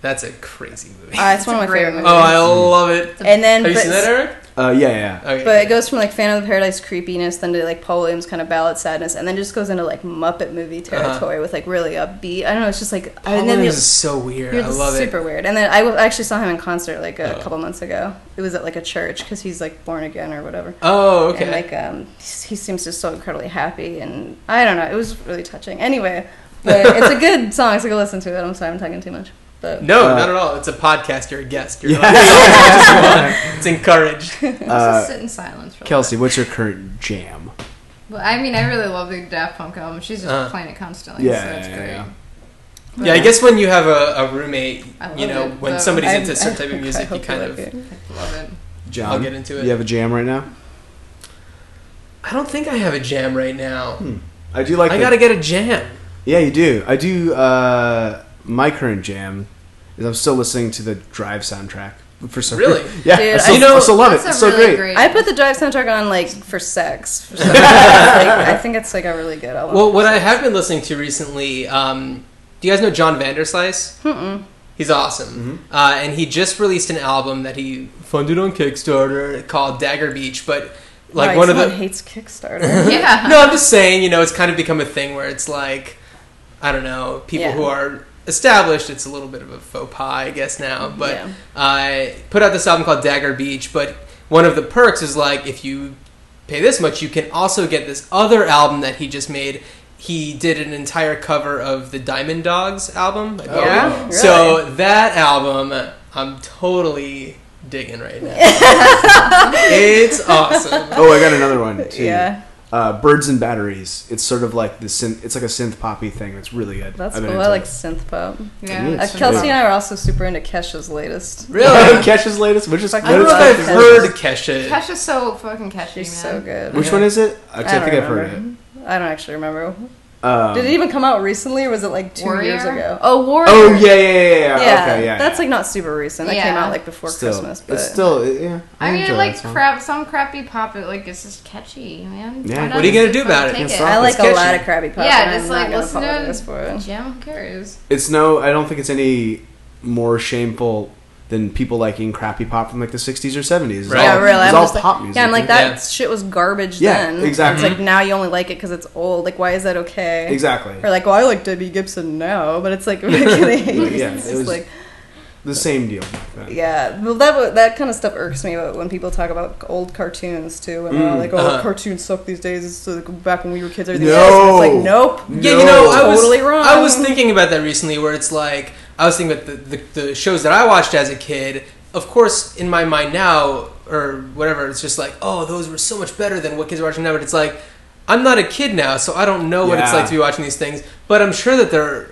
A: That's a crazy movie.
D: uh, it's one of my
C: It's a great
D: favorite
C: movie.
A: oh,
D: movies.
A: I love it.
D: and then,
A: Have you
D: but,
A: seen that, Eric?
B: uh, yeah yeah
A: Okay.
D: but it goes from like Phantom of the Paradise creepiness, then to like Paul Williams kind of ballad sadness, and then just goes into like Muppet movie territory with like really upbeat. I don't know. It's just like
A: Uh-huh. Paul
D: and then
A: Williams
D: the-
A: Oh, is so weird.
D: you're
A: I love
D: super
A: it.
D: weird. And then I w- actually saw him in concert like a
A: Oh.
D: couple months ago. It was at like a church because he's like born again or whatever.
A: Oh, okay.
D: And like um, he seems just so incredibly happy, and I don't know. It was really touching. Anyway, but it's a good song. So go listen to it. I'm sorry, I'm talking too much. But
A: no,
B: Uh,
A: not at all. It's a podcast. You're a guest. You're
B: Yeah.
A: yeah. it's encouraged.
B: Uh,
C: just sit in silence. For a
B: kelsey what's your current jam
C: little bit. Well, I mean, I really love the Daft Punk album. She's just
A: Uh-huh.
C: playing it constantly.
B: Uh. Yeah,
C: so it's
B: yeah,
C: great.
B: yeah.
A: Yeah, I guess when you have a, a roommate,
C: I love
A: you know,
C: it,
A: when
C: though.
A: somebody's
D: I-
A: into a certain
D: I-
A: type
D: I
A: of music, you
D: hope
A: kind
D: like
A: of.
D: it.
C: Love it.
B: john
A: I'll get into it.
B: you have a jam right now
A: I don't think I have a jam right now.
B: i do like
A: I
B: the-
A: gotta get a jam.
B: Yeah, you do. I do. Uh, my current jam is I'm still listening to the Drive soundtrack for some
A: Really?
B: Yeah,
D: Dude,
B: I still,
D: I- You
A: know,
B: I still love it.
C: That's
B: It's
C: a
B: so
C: really
B: great.
D: I put the Drive soundtrack on like for sex. For some reason. like, I think it's like a really good album.
A: Well, what I have been listening to recently, um, do you guys know John Vanderslice? Mm-mm. He's awesome. Uh, and he just released an album that he funded on Kickstarter called Dagger Beach, but like
D: Why
A: one of
D: someone
A: the.
D: hates Kickstarter.
C: yeah.
A: No, I'm just saying, you know, it's kind of become a thing where it's like, I don't know, people
D: Yeah.
A: who are established, it's a little bit of a faux pas, I guess, now. But
D: Yeah.
A: I put out this album called Dagger Beach, but one of the perks is like if you pay this much, you can also get this other album that he just made. He did an entire cover of the Diamond Dogs album. I believe.
D: Yeah? Really?
A: So that album, I'm totally digging right now. it's awesome.
B: Oh, I got another one too.
D: Yeah.
B: Uh, Birds and Batteries. It's sort of like the synth. It's like a synth poppy thing. That's really good.
D: That's
B: I've been
D: cool. I
B: into
D: like
B: it.
D: synth pop.
C: Yeah,
B: It's
D: Uh,
C: that's
B: true.
C: really-
D: Kelsey and I are also super into Kesha's latest.
A: Really?
B: Catch his latest, which is
D: I
A: I don't know if
D: love
A: I've
D: Kesha.
A: heard Kesha.
C: Kesha's so fucking catchy,
D: She's
C: man.
D: so good.
B: Which one is it? Actually, I,
D: don't
B: think I've heard it.
D: remember. I don't actually remember.
B: Um,
D: Did it even come out recently, or was it like two
C: Warrior.
D: years ago?
C: Oh, Warrior.
B: Oh yeah, yeah, yeah, yeah.
D: yeah,
B: okay, yeah.
D: that's like not super recent. That came
C: Yeah.
D: out like before
B: still,
D: Christmas, but
B: it's still yeah.
C: I mean,
B: enjoy
C: like
B: that song.
C: crap. Some crappy pop. It like it's just catchy, man.
B: Yeah.
C: Why not
B: What
A: are you gonna
C: just
A: do about it?
C: take
B: It's
D: I
B: not-
D: like a
A: catchy.
D: lot of Krabby Pop.
C: yeah,
D: and
C: just
D: I'm
C: like
D: not
C: listen
D: gonna
C: to
D: apologize for
C: it.
D: it.
C: Jim cares.
B: It's no. I don't think it's any more shameful than people liking crappy pop from like the '60s or '70s. It's
A: Right.
B: all-
D: Yeah, really.
B: It's
D: I'm
B: all
D: just
B: pop
D: like,
B: music.
D: Yeah, I'm like that
A: Yeah.
D: shit was garbage
B: Yeah,
D: then.
B: exactly.
D: It's like now you only like it because it's old. Like, why is that okay?
B: Exactly.
D: Or like, well, I like Debbie Gibson now, but it's like back in the 80s,
B: yeah,
D: it's
B: it
D: just
B: was-
D: like
B: The same deal.
D: yeah. Well, that wa- that kind of stuff irks me about when people talk about old cartoons too, and they're all
B: Mm,
D: like, oh,
A: uh-huh.
D: cartoons suck these days. It's like back when we were kids, everything
B: No.
D: sucked. And it's like nope.
A: Yeah, you know, I was
D: Totally wrong.
A: I was thinking about that recently, where it's like I was thinking about the, the, the shows that I watched as a kid. Of course, in my mind now or whatever, it's just like, oh, those were so much better than what kids are watching now. But it's like I'm not a kid now, so I don't know what it's
B: Yeah.
A: like to be watching these things. But I'm sure that they're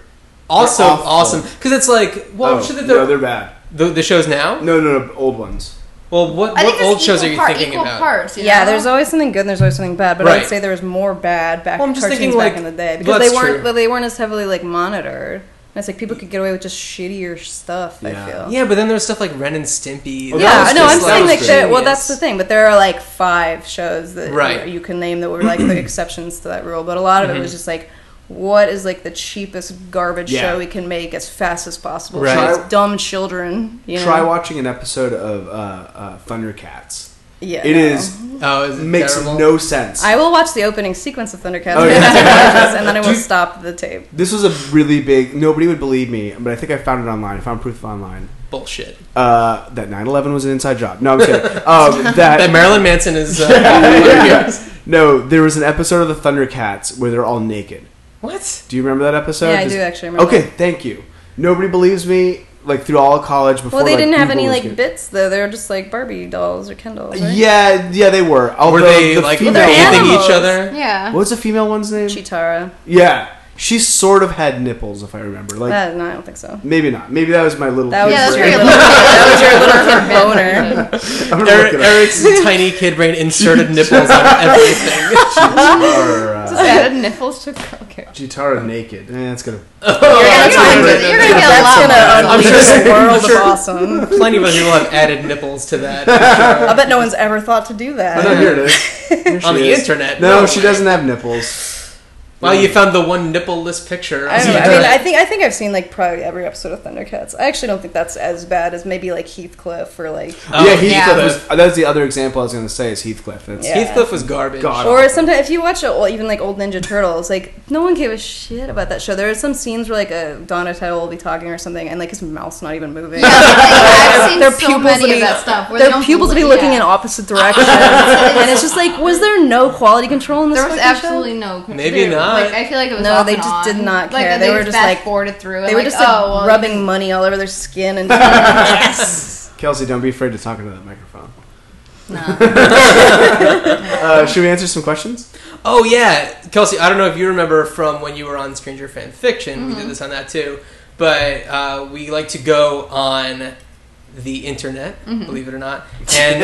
A: also
B: awful.
A: awesome because it's like, well, I'm
B: oh,
A: sure that
B: no,
A: they're,
B: they're bad.
A: the, the shows now.
B: No, no, no, old ones.
A: Well, what,
C: I think
A: what
C: there's
A: old shows are
C: equal
A: you
C: part-
A: thinking
C: equal
A: about?
C: Parts, you
D: Yeah,
C: know?
D: there's always something good and there's always something bad, but I
A: Right.
D: would say there was more bad back
A: Well, I'm
D: in
A: just
D: cartoons
A: thinking,
D: back
A: like-
D: in the day
A: well,
D: because they
A: that's
D: weren't
A: true.
D: they weren't as heavily like monitored. And it's like people could get away with just shittier stuff.
B: Yeah.
D: I feel.
A: Yeah, but then there's stuff like Ren and Stimpy.
B: Well, Oh, that
D: yeah,
B: was
D: I know. I'm
B: just- that
D: saying
B: was
D: like that. Well,
A: genius.
D: that's the thing. But there are like five shows that
A: Right. Mm-hmm.
D: you can name that were like the exceptions to that rule. But a lot of it was just like, what is like the cheapest garbage
B: Yeah.
D: show we can make as fast as possible?
A: Right.
D: Try-
B: Try-
D: dumb children. You know?
B: Try watching an episode of uh, uh, Thundercats.
D: Yeah,
B: It
D: no.
B: is
A: Oh, is it
B: makes
A: terrible?
B: no sense.
D: I will watch the opening sequence of Thundercats
B: Oh, yeah.
D: and then I will stop the tape.
B: this was a really big. Nobody would believe me, but I think I found it online. I found proof online.
A: bullshit.
B: Uh, that 9/11 was an inside job. No, I'm kidding. Um, that,
A: That Marilyn Manson is. Uh,
B: Yeah. No, there was an episode of the Thundercats where they're all naked.
A: What?
B: Do you remember that episode?
D: Yeah, I
B: Just-
D: do actually remember
B: Okay, thank you. Nobody believes me. Like through all of college before.
D: Well, they
B: like,
D: didn't have
B: Google
D: any
B: was
D: like
B: good.
D: bits though. They were just like Barbie dolls or Ken dolls. Right?
B: Yeah, yeah, they were. Although
A: Were they
B: the
A: like
B: female
D: they're
B: one-
A: hitting
D: animals.
A: each other?
C: yeah.
B: What was the female one's name?
D: Chitara.
B: yeah, she sort of had nipples, if I remember. Like
D: Uh, no, I don't think so.
B: maybe not. Maybe that was my little.
D: That
B: kid
D: was
C: Yeah, that's
B: brain.
C: where your little, that was your little kid boner.
B: I'm gonna
A: Eric,
B: look it up.
A: Er, Eric's tiny kid brain inserted nipples on everything.
B: Chitara,
C: Just added nipples to okay.
B: uh, Chitara naked. Eh, that's gonna.
C: You're
D: that's
C: gonna,
D: fine.
C: get- you're gonna get a lot.
D: That's
A: I'm
D: gonna unleash
A: sure-
D: a world
A: sure-
D: of awesome.
A: Plenty of other people have added nipples to that
D: I bet no one's ever thought to do
B: Oh,
D: that.
B: no, here it is. Here she
A: on the
B: is.
A: internet.
B: No, she doesn't have nipples.
A: Well, you found the one nippleless picture.
D: I, don't know.
A: on
D: I mean,
A: the
D: I
A: internet.
D: think I think I've seen like probably every episode of Thundercats. I actually don't think that's as bad as maybe like Heathcliff or like,
A: Oh,
B: yeah, Heathcliff
C: yeah.
B: was. That was the other example I was going to say is Heathcliff. That's,
D: Yeah.
A: Heathcliff was garbage.
B: God.
D: or sometimes if you watch it, well, even like old Ninja Turtles, like no one gave a shit about that show. There are some scenes where like a Donatello will be talking or something, and like his mouth's not even moving.
C: I've seen
D: their
C: so
D: pupils
C: many
D: will be,
C: of that stuff. Where they
D: Their
C: don't
D: pupils will be
C: look-
D: looking
C: yeah.
D: in opposite directions, and it's just like, was there no quality control in this?
C: There was
D: fucking show?
C: absolutely no.
A: Maybe
C: there-
A: not.
C: Like I feel like it was.
D: No,
C: off
D: they
C: and
D: just did
C: on.
D: not
C: Like,
D: care. They were just, like-
C: boarded through. And
D: They were
C: like,
D: just
C: oh,
D: like
C: well,
D: rubbing money all over their skin and yes.
B: Kelsey, don't be afraid to talk into that microphone.
C: No.
B: Uh, should we answer some questions?
A: Oh yeah, Kelsey. I don't know if you remember from when you were on Stranger Fan Fiction. We
D: Mm-hmm.
A: did this on that too, but uh, we like to go on the internet,
D: Mm-hmm.
A: believe it or not, and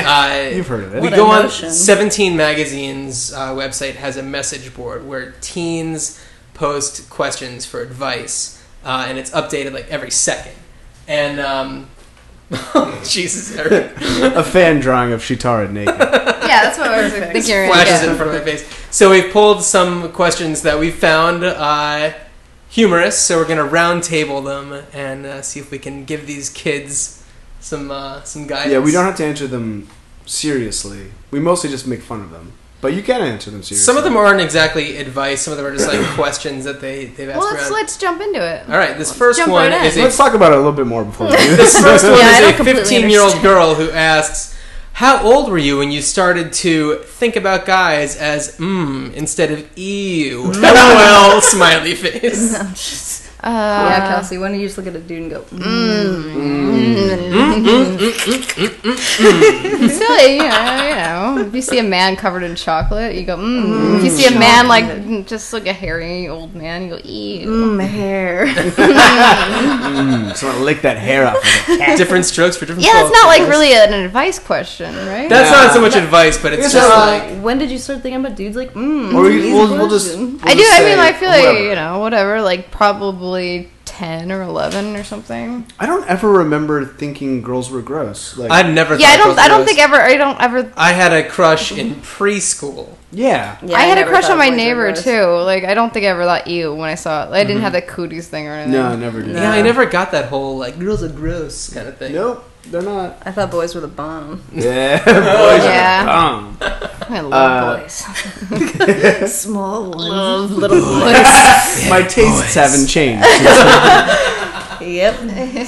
A: uh,
B: You've heard of it.
A: We
D: What
A: go
D: a
A: on
D: notion.
A: 17 Magazine's uh, website has a message board where teens post questions for advice, uh, and it's updated like every second. And um, Jesus, Eric
B: A fan drawing of Shitara naked.
C: yeah, that's what I was
D: Perfect.
C: thinking. you're gonna
A: flashes
C: get.
A: in front of my face. So we've pulled some questions that we found uh, humorous. So we're gonna round table them and uh, see if we can give these kids some uh, some guidance.
B: yeah, we don't have to answer them seriously. We mostly just make fun of them. But you can answer them seriously.
A: Some of them aren't exactly advice. Some of them are just like questions that they they've asked
C: Well, let's
A: around.
C: let's jump into it.
A: All right, this first
C: jump
A: one
C: right in.
A: is
B: Let's
A: a,
B: talk about it a little bit more before we do this.
A: this first one
D: Yeah, I don't
A: is a
D: completely
A: 15 year old girl who asks. How old were you when you started to think about guys as mm instead of ew? LOL smiley face.
C: Uh,
D: yeah, Kelsey, when do you just look at a dude and go, "Mm."
C: So you know, you know, if you see a man covered in chocolate, you go, mm. if you see a man like mm, just like a hairy old man, you go, ew.
D: mm, hair?
B: Just want to lick that hair off. Of it.
A: different strokes for different.
C: Yeah, it's not like
A: qualifiers.
C: really an advice question, right?
A: That's
B: Yeah.
A: not so much advice, but it's
B: It's
A: just
B: not-
A: like
D: when did you start thinking about dudes like, mm,
B: Or we,
D: easy
B: we'll, we'll just.
D: question."
B: we'll
C: I do.
B: just
C: I mean,
B: say
C: I feel like
B: whatever.
C: you know, whatever, like probably ten or eleven or something.
B: I don't ever remember thinking girls were gross. Like,
A: I never.
C: Yeah,
A: thought
C: I don't.
A: girls
C: I don't
A: were
C: think
A: gross.
C: ever. I don't ever.
A: I had a crush in preschool.
B: yeah,
D: Yeah,
C: I had a
D: never
C: crush
D: thought
C: on my
D: boys were
C: neighbor
D: gross.
C: too. Like I don't think I ever thought ew when I saw it. I
A: Mm-hmm.
C: didn't have the cooties thing or anything.
B: no, I never did.
A: Yeah, I never got that whole like girls are gross kind of thing.
B: Nope, they're not.
D: I thought boys were the bomb.
B: Yeah, boys
C: Yeah.
A: Uh,
B: are dumb.
C: I love boys.
D: Small one.
C: Love little boys.
B: My tastes haven't changed.
D: Yep.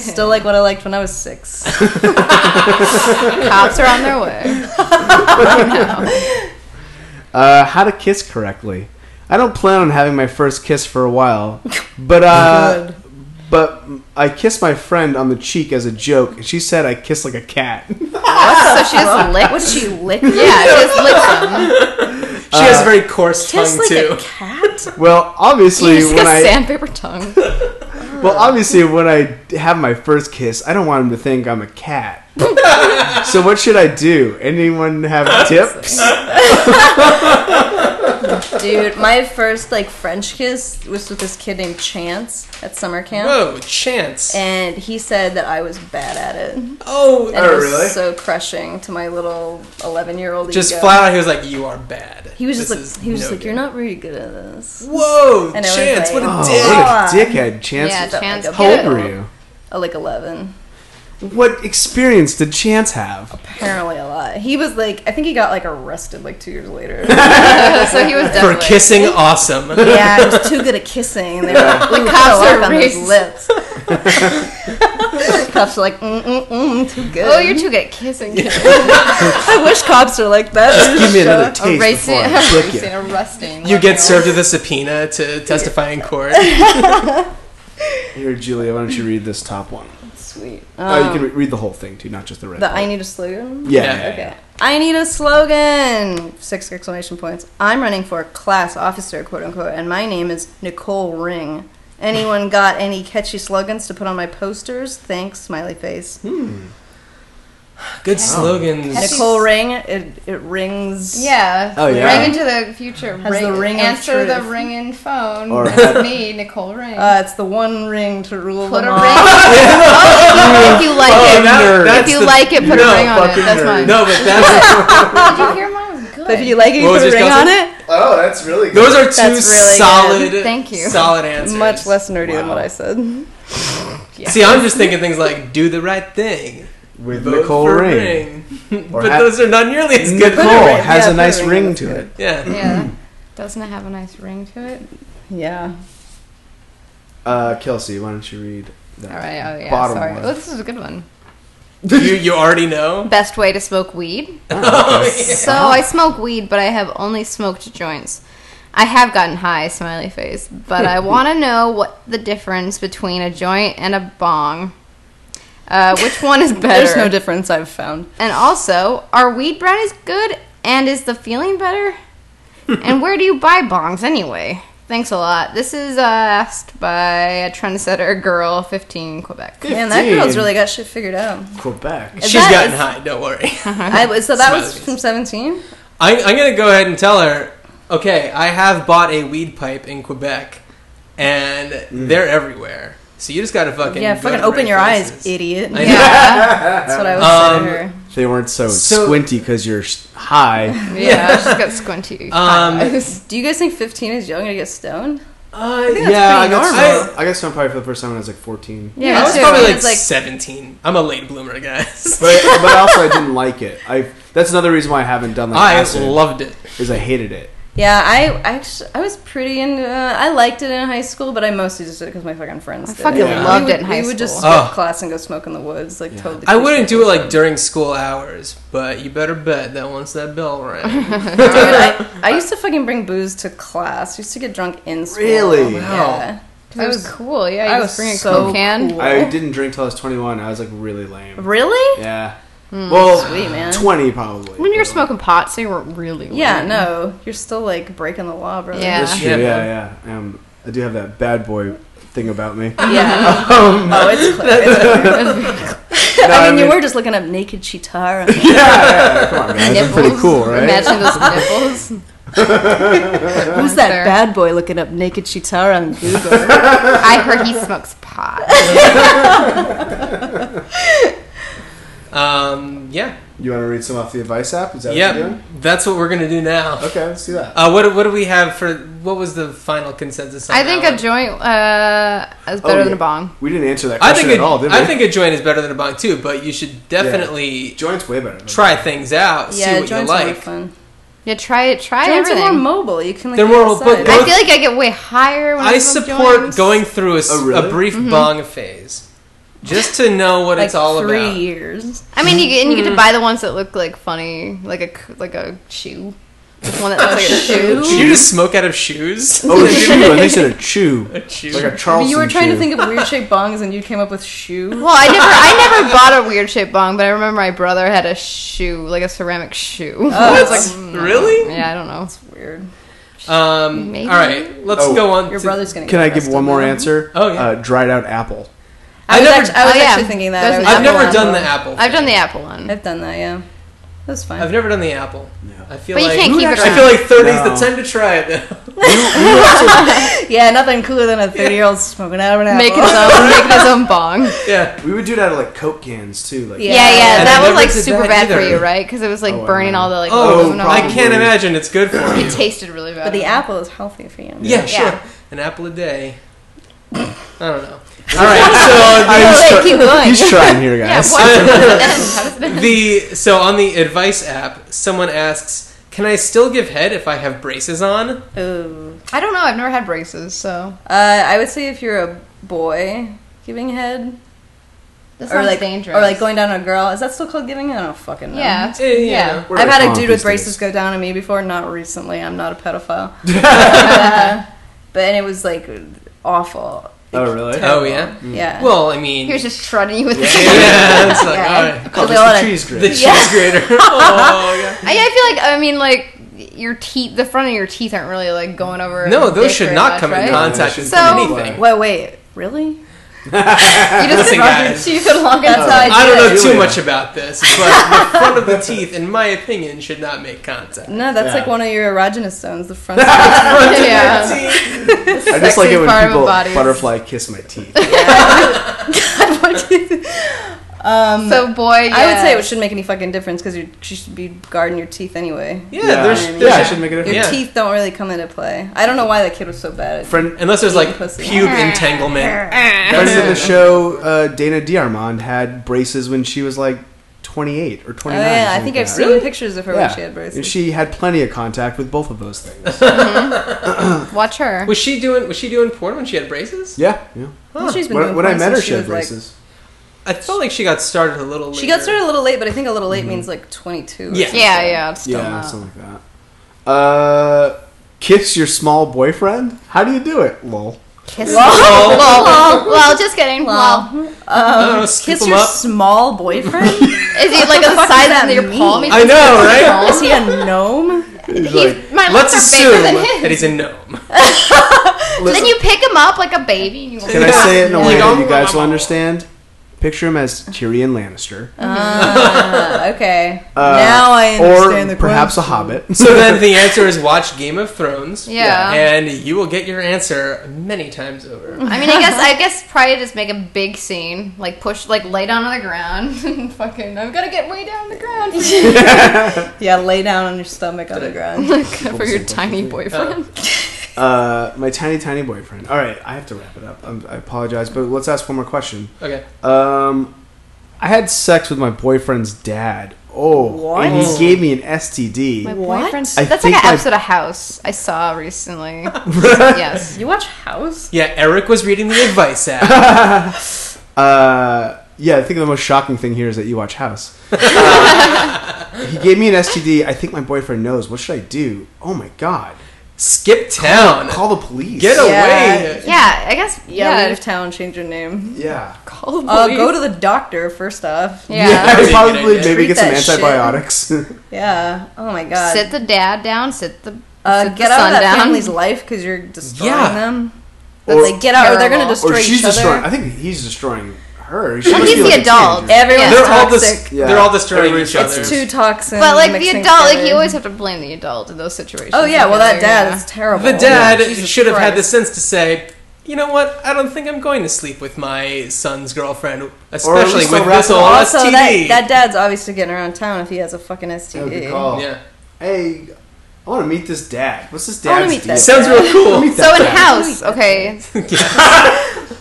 D: Still like what I liked when I was six.
C: Cops are on their way.
B: Uh, how to kiss correctly. I don't plan on having my first kiss for a while, but uh, but I kissed my friend on the cheek as a joke, and she said I kiss like a cat. She
C: So she just licked.
D: Was she lick?
C: Yeah, she just licked them.
A: She has a very coarse tongue
D: Just like
A: too.
D: a cat.
B: Well, obviously
C: She just
B: when
C: got
B: I
C: sandpaper tongue.
B: well obviously when I have my first kiss, I don't want him to think I'm a cat. so what should I do? Anyone have tips?
D: Dude, my first like French kiss was with this kid named Chance at summer camp.
A: Whoa, chance.
D: And he said that I was bad at it. And
A: oh,
D: it was
B: really?
D: so crushing to my little 11 year old
A: just
D: ego.
A: flat out. He was like, "You are bad."
D: He was
A: This
D: just
A: is
D: like, he was just
A: no
D: like, you're
A: good."
D: not really good at this.
A: Whoa,
D: And I was
A: chance! what
D: like,
A: a
B: Oh,
A: dick.
B: what a dickhead chance.
C: Yeah, chance.
D: like a
B: How old
C: get
B: were
C: it.
B: you?
D: Uh, like 11.
B: What experience did Chance have?
D: Apparently a lot. He was like, I think he got like arrested like two years later.
C: so he was
A: For
C: definitely
A: kissing, awesome.
D: yeah, he was too good at kissing. And they were like, ooh,
C: cops
D: cops
C: are
D: are on his
C: racist.
D: lips. cops are like, mm, mm, mm, too good.
C: Oh, you're too good at kissing.
D: I wish cops are like that.
B: Give me another taste
C: Erasing,
B: before I flick you.
C: erasing, arresting.
A: You get served with a subpoena to testify in court.
B: Here, Julia, why don't you read this top one?
D: Sweet. Um,
B: oh, you can re- read the whole thing too, not just the red.
D: The
B: part.
D: I need a slogan.
B: yeah.
A: Yeah.
D: Okay. I need a slogan. Six exclamation points. I'm running for class officer, quote unquote, and my name is Nicole Ring. Anyone got any catchy slogans to put on my posters? Thanks, smiley face.
A: Good slogans.
D: Nicole Ring. It it rings.
C: Yeah.
B: Oh, yeah.
C: Ring into the future.
D: Has
C: ring,
D: the ring of
C: answer the
D: truth.
C: ringing phone.
B: Or-
C: With me, Nicole Ring.
D: Uh, it's the one ring to rule
C: Put a
D: them
C: ring.
D: all.
C: oh, if you like it,
A: that-
C: if
A: that's
C: you
A: the-
C: like it, put
A: no,
C: a ring on it.
B: fucking
C: That's
B: nerd.
C: mine.
A: No, but that's
C: Did you hear mine? was good.
D: But if you like it, you
A: What was
D: put a
A: yours,
D: ring on
A: Kelsey?
D: it.
B: Oh, that's really
A: those are two
D: That's really good.
A: solid.
C: Thank you.
A: Solid answers.
D: Much less nerdy than
B: Wow.
D: what I said.
A: See, I'm just thinking things like "do the right thing,"
B: With
A: vote
B: Nicole
A: for
B: Ring. Or
A: but
B: ha-
A: those are not nearly as good.
B: Nicole
D: Put a ring-
B: has
D: yeah,
B: a
D: put
B: nice
D: a ring
B: ring
D: on
B: to
D: it.
B: it.
A: Yeah.
C: yeah. Doesn't it have a nice ring to it?
D: Yeah.
B: Uh, Kelsey, why don't you read that?
C: All right. Oh yeah.
B: Bottom
C: sorry.
B: one.
C: Oh, this is a good one.
A: you you already know.
C: Best way to smoke weed.
B: Oh,
A: Oh,
C: So
D: Uh-huh.
C: I smoke weed, but I have only smoked joints. I have gotten high, smiley face, but I want to know what the difference between a joint and a bong. Uh, which one is better?
D: There's no difference I've found.
C: and also, are weed brownies good? And is the feeling better? and where do you buy bongs anyway? Thanks a lot. This is uh, asked by a trendsetter girl, 15, Quebec.
D: Man, that
B: 15.
D: girl's really got shit figured out.
B: Quebec.
A: She's
D: that
A: gotten
D: is-
A: high. Don't worry.
D: I was, so that was
A: Smiley.
D: from 17?
A: I, I'm gonna go ahead and tell her. Okay, I have bought a weed pipe in Quebec, and they're everywhere. So you just gotta fucking
D: Yeah,
A: go
D: fucking
A: to the
D: open
A: right
D: your eyes,
A: places.
D: idiot.
A: I-
C: Yeah.
D: That's what I was
A: Um,
D: saying to her.
B: If They weren't so,
A: So-
B: squinty because you're s- high.
C: yeah, she's got squinty.
A: Um,
C: eyes.
D: Do you guys think 15 is young to get stoned?
A: Uh,
B: yeah, I
D: pretty
B: got,
A: normal.
B: stoned- I, got stoned probably for the first time when I was like 14.
C: Yeah,
A: I was
C: too.
A: probably like,
D: It's like-
A: 17. I'm a late bloomer, guys.
B: But, but also I didn't like it. I that's another reason why I haven't done like
A: I
B: acid,
A: loved it.
B: is I hated it.
D: Yeah, I I, actu- I was pretty into uh, I liked it in high school, but I mostly just did it because my fucking friends
C: I
D: did.
C: fucking
D: it.
B: Yeah.
C: loved
D: we would,
C: it in high
D: We would just
C: school.
D: skip
A: Oh.
D: class and go smoke in the woods, like totally.
A: I wouldn't do it like during school hours, but you better bet that once that bell rang.
D: Dude, I, I used to fucking bring booze to class. used to get drunk in school.
B: Really?
D: Yeah.
C: That was cool. Yeah, you
D: I
C: just
D: was
C: bring a
D: so
C: Coke can.
D: cool.
B: I didn't drink till I was 21. I was like really lame.
D: Really?
B: Yeah. well,
D: Hmm, sweet, man.
B: 20 probably.
C: When you're smoking pot, so you weren't really.
D: Yeah,
C: lame.
D: no. You're still like breaking the law, brother.
C: Yeah.
B: That's true. Yeah,
A: Yeah.
B: yeah. Um, I do have that bad boy thing about me. No,
D: Yeah. oh, it's clear. It's I, mean, you were just looking up naked Chitara.
B: Yeah, yeah, yeah, come on, man. That's
C: Nipples.
B: pretty cool, right?
C: Imagine those nipples.
D: Who's that
C: Fair.
D: bad boy looking up naked Chitara on Google?
C: I heard he smokes pot.
A: Um, yeah,
B: You want to read some off the Advice app? Is that what you're
A: yeah,
B: doing?
A: that's what we're gonna do now.
B: Okay, let's do that.
A: Uh, what what do we have for? What was the final consensus? On
C: I think
A: that
C: a
A: one?
C: joint uh, is better
B: Oh,
C: than
B: yeah.
C: a bong.
B: We didn't answer that
A: I
B: question
A: think
B: at
A: a,
B: all, did we?
A: I think a joint is better than a bong too, but you should definitely
B: joint's way better. than
A: try things out, see what you
D: joints are more
A: like.
D: fun.
C: Yeah, try it. Try
D: Joints are more
C: everything.
D: mobile. You can like
A: They're
D: get
A: more-
D: outside.
A: but-
C: I feel like I get way higher when I,
A: I
C: smoke
A: support
C: joints. Mm-hmm.
A: going through a, s-
B: Oh, really?
A: a brief bong phase, just to know what
D: like
A: it's all
D: three
A: about.
D: years.
C: I mean, you get, and you get to buy the ones that look like funny, like a c- like a shoe, one that looks like a shoe.
A: Did you just smoke out of shoes?
B: Oh, a chew. And they said a chew.
A: A chew.
B: Like a Charleston
D: you were trying
B: chew.
D: to think of weird shaped bongs and you came up with shoe.
C: Well, I never, I never bought a weird shaped bong, but I remember my brother had a shoe, like a ceramic shoe. I was Oh, like, mm.
A: really?
C: yeah, I don't know.
D: It's weird.
A: Um, all
C: Maybe.
A: right, let's
B: Oh.
A: go on.
D: Your
A: to-
D: brother's gonna.
B: Can
D: get
B: I give
D: arrested
B: one more
D: now.
B: answer?
A: Oh, yeah.
B: Uh, dried out apple.
D: I,
A: I
D: was,
A: never-
D: actually, I was
C: oh, yeah.
D: actually thinking that.
C: There's
D: I
C: an
D: was
A: I've
C: apple
A: never
C: on
A: done the apple.
C: I've done
A: thing.
C: the apple one.
D: I've done that. Yeah, that's fine.
A: I've never done the apple. I feel
C: But you
A: like
C: can't keep it
A: I
C: around.
A: feel like 30s
B: No.
A: the time to try it. though.
D: yeah, nothing cooler than a thirty-year-old smoking out of an apple.
C: Making his own, making his own bong.
A: yeah.
B: We would do it out of like Coke cans too. Like
C: Yeah,
D: Yeah.
C: yeah,
D: And
A: I
C: that was
A: never
C: like
A: did
C: super
A: that
C: bad for
A: either.
C: you, right? Because it was like
B: Oh, I
C: burning
B: know.
C: all the like
A: Oh,
C: aluminum.
A: I can't
B: probably.
A: imagine. It's good for you.
C: It tasted really bad.
D: But the apple is healthy for you.
A: Yeah, sure.
C: Yeah.
A: An apple a day. I don't know. All right,
B: I'm
C: wait,
B: start-
C: keep going.
B: He's trying here,
C: Yeah,
B: guys.
C: what? How does
A: so
C: it-
A: the so on the advice app, someone asks, "Can I still give head if I have braces on?"
D: Ooh.
C: I don't know. I've never had braces, so
D: Uh, I would say if you're a boy giving head,
C: this
D: or
C: sounds
D: like
C: dangerous.
D: or like going down on a girl, is that still called giving? I don't fucking know.
C: yeah,
A: Eh, you
C: yeah.
A: know.
B: We're
D: I've had a
B: calm
D: dude with
B: these
D: braces
B: days.
D: go down on me before, not recently. I'm not a pedophile. Uh, but and it was like awful. Like,
B: Oh, really?
A: Oh yeah.
D: Yeah.
A: Well, I mean,
C: He was just shredding you with the.
A: yeah, it's like,
D: Yeah.
A: all right.
B: Oh,
D: Cause they
B: just
D: wanna-
B: the cheese grid.
A: the cheese grater. oh
C: I, I feel like I mean like your teeth, the front of your teeth aren't really like going over.
A: yeah. No,
C: the
A: those
C: dick
A: should
C: very
A: not
C: much,
A: come
C: right?
A: in contact
B: Yeah,
A: with
C: so-
A: anything.
D: Wait, wait, really?
C: You just
A: Listen,
C: rub your
A: guys.
C: teeth along
D: That's how
C: inside.
A: I don't know too
B: Julia.
A: much about this, but the front of the teeth, in my opinion, should not make contact.
D: No, that's
B: Yeah.
D: like one of your erogenous zones, the front. yeah.
C: Yeah.
B: I just like
C: Sexy
B: it when
C: part of
B: people
C: bodies.
B: butterfly kiss my teeth.
D: Um,
C: So boy,
D: I would say
C: yeah.
D: it shouldn't make any fucking difference because you should be guarding your teeth anyway.
A: Yeah,
B: Yeah.
A: there's,
D: Yeah,
A: there's
B: yeah, it should make a
D: Your
B: difference.
A: Yeah.
D: teeth don't really come into play. I don't know why that kid was so bad. At
B: Friend,
A: unless there's like
D: Eating pussy.
A: pube entanglement.
B: friend of the show, uh, Dana Diarmond had braces when she was like 28 or
D: oh,
B: 29.
D: yeah, I
B: something
D: think
B: like
D: I've
B: that.
D: seen
A: Really?
D: pictures of her when she had braces.
B: And she had plenty of contact with both of those things.
C: watch her.
A: Was she doing was she doing porn when she had braces?
B: yeah, yeah.
D: Well, she's been
B: When,
D: doing
B: when I
D: porn
B: met
D: since
B: her, she had
D: was, like-
B: braces.
A: I felt like she got started a little later.
D: she got started a little late, but I think a little late means
B: Mm-hmm.
D: like 22. or
A: Yeah.
D: something.
C: Yeah, yeah, it's still
B: yeah,
C: not.
B: something like that. Uh, kiss your small boyfriend? How do you do it? Lol.
C: Kiss. Lol. Lol. Lol. Just kidding. Lol.
A: I don't know, scoop
D: Kiss
A: 'em
D: your
A: Oh, up.
D: small boyfriend?
C: Is he like
D: the
C: the
D: fuck does
C: size
D: that
C: of your
D: mean?
C: palm? He's
A: I know, right?
D: Is he a gnome?
B: He's
C: He's, my
A: Let's
C: lips are
A: assume
C: bigger than his.
A: that he's a gnome.
C: Then you pick him up like a baby. And you
B: Can I say it in a
A: Yeah.
B: way
A: Like,
B: that you guys will
A: um,
B: understand? Picture him as Tyrion Lannister,
D: Ah, okay.
B: Uh,
D: now I understand
B: or
D: the
B: perhaps a
D: question.
B: Hobbit.
A: So then the answer is watch Game of Thrones.
C: Yeah.
A: And you will get your answer many times over.
C: I mean, I guess I guess probably just make a big scene, like push, like lay down on the ground, and fucking. I'm gonna get way down on the ground for, you,
D: Yeah, lay down on your stomach on the ground.
C: for your tiny boyfriend.
B: Uh, my tiny, tiny boyfriend. All right, I have to wrap it up. i I apologize, but let's ask one more question.
A: Okay.
B: Um, I had sex with my boyfriend's dad. Oh,
D: What?
B: and he gave me an STD.
C: My
D: What?
C: boyfriend's
B: I
C: That's like
B: think
C: an
B: my-
C: episode of House I saw recently. yes.
D: You watch House?
A: Yeah, Eric was reading the advice app.
B: Uh, yeah, I think the most shocking thing here is that you watch House. Uh, he gave me an STD. I think my boyfriend knows. What should I do? Oh my god.
A: Skip town.
B: Call the police.
A: Get
D: Yeah.
A: away.
C: Yeah, I guess.
D: Yeah,
C: Yeah.
D: leave town, change your name.
B: Yeah.
A: Call the
D: Uh, go to the doctor first off.
C: Yeah.
A: That'd be a good
B: probably
A: idea.
B: maybe
D: Treat
B: get some
D: that shit.
B: antibiotics.
D: Yeah. Oh my god.
C: Sit the dad down. Sit the
D: uh,
C: sit the
D: get out
C: son
D: of that
C: down.
D: family's life because you're destroying
A: Yeah.
D: them.
B: Or-
D: That's like get out, or they're gonna
C: Terrible.
D: destroy
B: or she's
D: each other.
B: destroying. I think he's destroying her. She
C: Well,
B: must
C: he's
B: be, like,
C: the
B: a
C: adult.
B: teenager.
D: Everyone's
A: They're all,
D: toxic.
A: dis-
B: Yeah.
A: they're all destroying each
B: Everybody's
A: other.
D: it's too toxic.
C: But like the adult, like you always have to blame the adult in those situations.
D: Oh yeah, well that dad
C: Yeah.
D: is terrible.
A: The dad
D: Yeah, Jesus
A: should have had the
D: Christ.
A: sense to say, you know what? I don't think I'm going to sleep with my son's girlfriend,
B: at
A: especially
B: least
A: with
B: I'll
A: this
B: wrestle.
A: old
D: Also,
A: STD.
D: Oh, that, that dad's obviously getting around town if he has a fucking
B: Oh, good
D: STD.
B: call.
A: yeah,
B: Hey, I want to meet this dad. What's this
D: I wanna
B: dad's
D: meet
B: deal?
D: that
A: sounds
D: Yeah.
A: real
B: I wanna
A: cool.
B: meet
C: So
B: that
C: in
B: dad.
C: house, okay.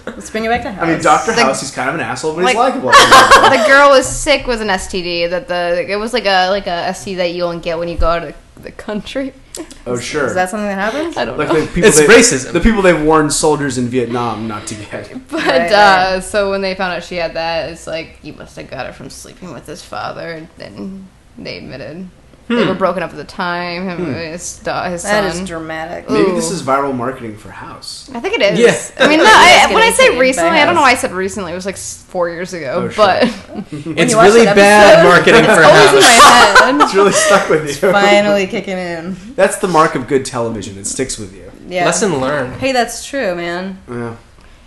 D: Let's bring it back to house.
B: I mean, Doctor
C: Like-
B: House. He's kind of an asshole, but he's
C: like-
B: likable.
C: the girl was sick with an STD. That the it was like a like a STD that you only get when you go out of the country.
B: oh sure.
D: Is that something that happens?
C: I don't
B: like
C: know.
B: the people
A: It's
B: they-
A: racism.
B: The people they've warned soldiers in Vietnam not to get.
C: But
D: Right,
C: uh, so when they found out she had that, it's like you must have got it from sleeping with his father. And then they admitted they were broken up at the time. Him, his, da- his
D: Hmm. That is
C: son.
D: dramatic.
B: Maybe
C: Ooh.
B: this is viral marketing for House.
C: I think it is.
A: Yeah.
C: I mean, no,
D: Just
C: I,
D: getting
C: when I
D: taken
C: say
D: by
C: recently, I don't know
D: house.
C: why I said recently. It was like s- four years ago,
B: Oh, sure.
C: but
A: It's
D: you watch
A: really
D: that
A: bad
D: episode,
A: marketing for
C: always in my
A: house.
C: head.
B: It's really stuck with you.
D: Finally kicking in.
B: That's the mark of good television. It sticks with you.
D: Yeah.
A: Lesson learned.
D: Hey, that's true, man.
B: Yeah.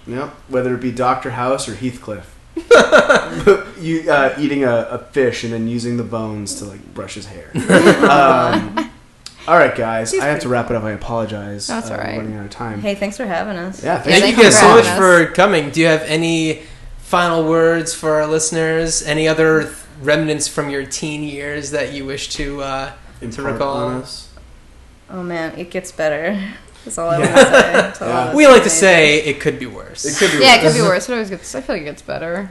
B: Yep. Whether it be Doctor House or Heathcliff. you uh, eating a, a fish and then using the bones to like brush his hair. um, all right, guys. I have to wrap it up. I apologize. Uh,
C: That's all
B: we're
C: right.
B: Running out of time.
D: Hey, thanks for having us.
B: Yeah.
A: Thank
B: Thank
A: you
B: you.
A: guys so much
C: having us.
A: for coming. Do you have any final words for our listeners? Any other th- remnants from your teen years that you wish to? Uh,
B: Impart
A: To recall.
B: on us.
D: Oh man, it gets better. That's all I
B: Yeah.
D: want to say.
B: Yeah.
A: we like to say it could be worse.
B: It could be.
C: yeah, it
B: worse.
C: could be worse. It always gets. I feel like it gets better.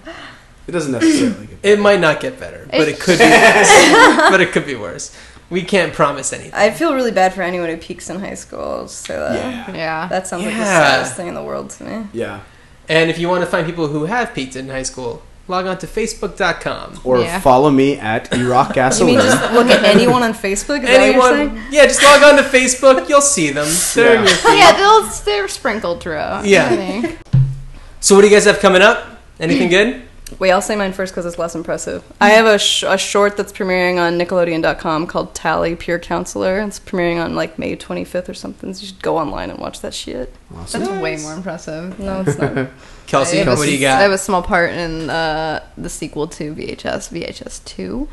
B: It doesn't necessarily. Get
A: It might not get better, but it
C: It-
A: could be worse. but it could be worse. We can't promise anything.
D: I feel really bad for anyone who peaks in high school. I'll just say that.
B: Yeah.
C: Yeah.
D: That sounds like the
A: Yeah.
D: saddest thing in the world to me.
B: Yeah.
A: And if you want to find people who have peaked in high school, log on to facebook.com.
B: Or
C: Yeah.
B: follow me at Erock
D: You
B: Gasoline.
D: mean just look at anyone on Facebook? Is that what you're
A: Anyone,
D: saying?
A: yeah, just log on to Facebook. You'll see them. They're in
B: Yeah.
A: your feed.
C: Yeah, they'll, they're sprinkled throughout.
A: Yeah.
C: I think.
A: So, what do you guys have coming up? Anything good?
D: Wait, I'll say mine first because it's less impressive. I have a, sh- a short that's premiering on Nickelodeon.com called Tally Peer Counselor. It's premiering on like May 25th or something. So you should go online and watch that shit.
C: That's way more impressive.
D: No, it's not.
A: Kelsey,
C: I have a
A: what do you
C: s- I have
A: got?
C: a small part in uh, the sequel to VHS, VHS Two,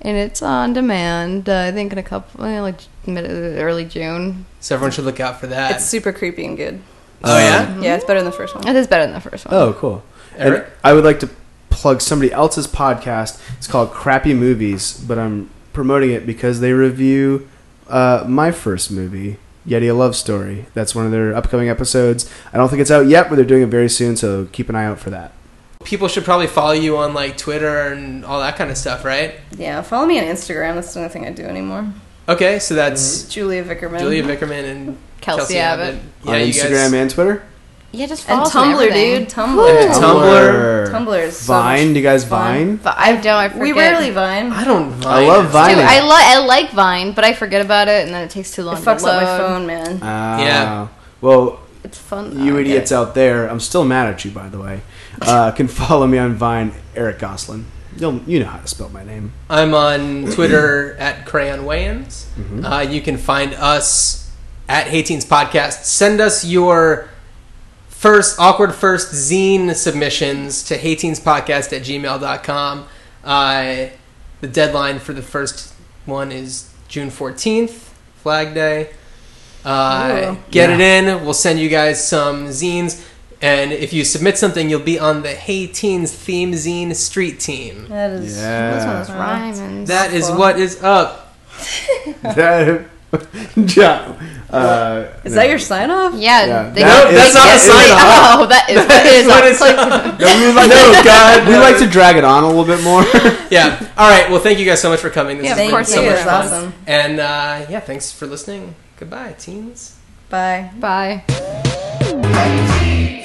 C: and it's on demand. Uh, I think in a couple, eh, like mid, early June.
A: So, everyone should look out for that.
D: it's super creepy and good.
A: oh, yeah?
D: Yeah, it's better than the first one.
C: It is better than the first one.
B: Oh, cool. And
A: Eric?
B: I would like to plug somebody else's podcast. It's called Crappy Movies, but I'm promoting it because they review uh, my first movie, Yeti a Love Story. That's one of their upcoming episodes. I don't think it's out yet, but they're doing it very soon, so keep an eye out for that.
A: People should probably follow you on like Twitter and all that kind of stuff, right?
D: Yeah, follow me on Instagram. That's the only thing I do anymore.
A: Okay, so that's
D: Julia Vickerman.
A: Julia Vickerman and
C: Mm-hmm. Kelsey Abbott.
A: Yeah,
B: on
A: you
B: Instagram
A: guys.
B: and Twitter.
C: Yeah, just
D: and
C: follow us on
D: Tumblr,
C: everything.
D: dude. Tumblr.
A: And Tumblr.
D: Tumblr is so much
B: Vine. Do you guys
D: fun.
B: Vine?
C: But I don't. I forget.
D: We rarely Vine.
A: I don't. Vine
B: I love
A: it.
C: Dude,
B: Vine.
C: I like I like Vine, but I forget about it, and then it takes too
D: It
C: long.
D: fucks
C: to load.
D: up my phone, man.
B: Ah.
A: Yeah. Ah,
B: Well,
C: It's fun. though,
B: you
C: I
B: idiots
C: guess.
B: out there, I'm still mad at you, by the way. Uh, can follow me on Vine, Eric Goslin. You'll, you know how to spell my name.
A: I'm on Twitter at Crayon Wayans. Uh, you can find us at Hey Teens Podcast. Send us your first awkward first zine submissions to heyteenspodcast at gmail.com. Uh, the deadline for the first one is June 14th, Flag Day. Uh,
D: Ooh.
A: get
B: Yeah.
A: it in. We'll send you guys some zines. And if you submit something, you'll be on the Hey Teens theme zine street team.
D: That is.
C: That's one
B: Yeah.
C: of those rhyming.
A: That is
D: Cool.
A: what is up.
B: That, yeah. Uh,
D: Is
B: no.
D: that your sign off?
C: yeah.
B: Yeah.
C: They
B: That
C: got-
B: is-
C: they
A: that's not
C: get-
A: a sign
C: they-
A: off.
C: Oh, that is
A: That
C: that
A: is
C: is
A: what it's
C: off.
B: No, we would like, no, God. We like to drag it on a little bit more.
A: Yeah. All right. Well, thank you guys so much for coming. This
C: Yeah,
A: has
C: of
A: been
C: course,
A: so
C: thank you.
A: much
C: It
D: That's
A: fun.
C: was
D: awesome.
A: And uh, yeah, thanks for listening. Goodbye, teens.
D: Bye.
C: Bye.
E: Hey teens.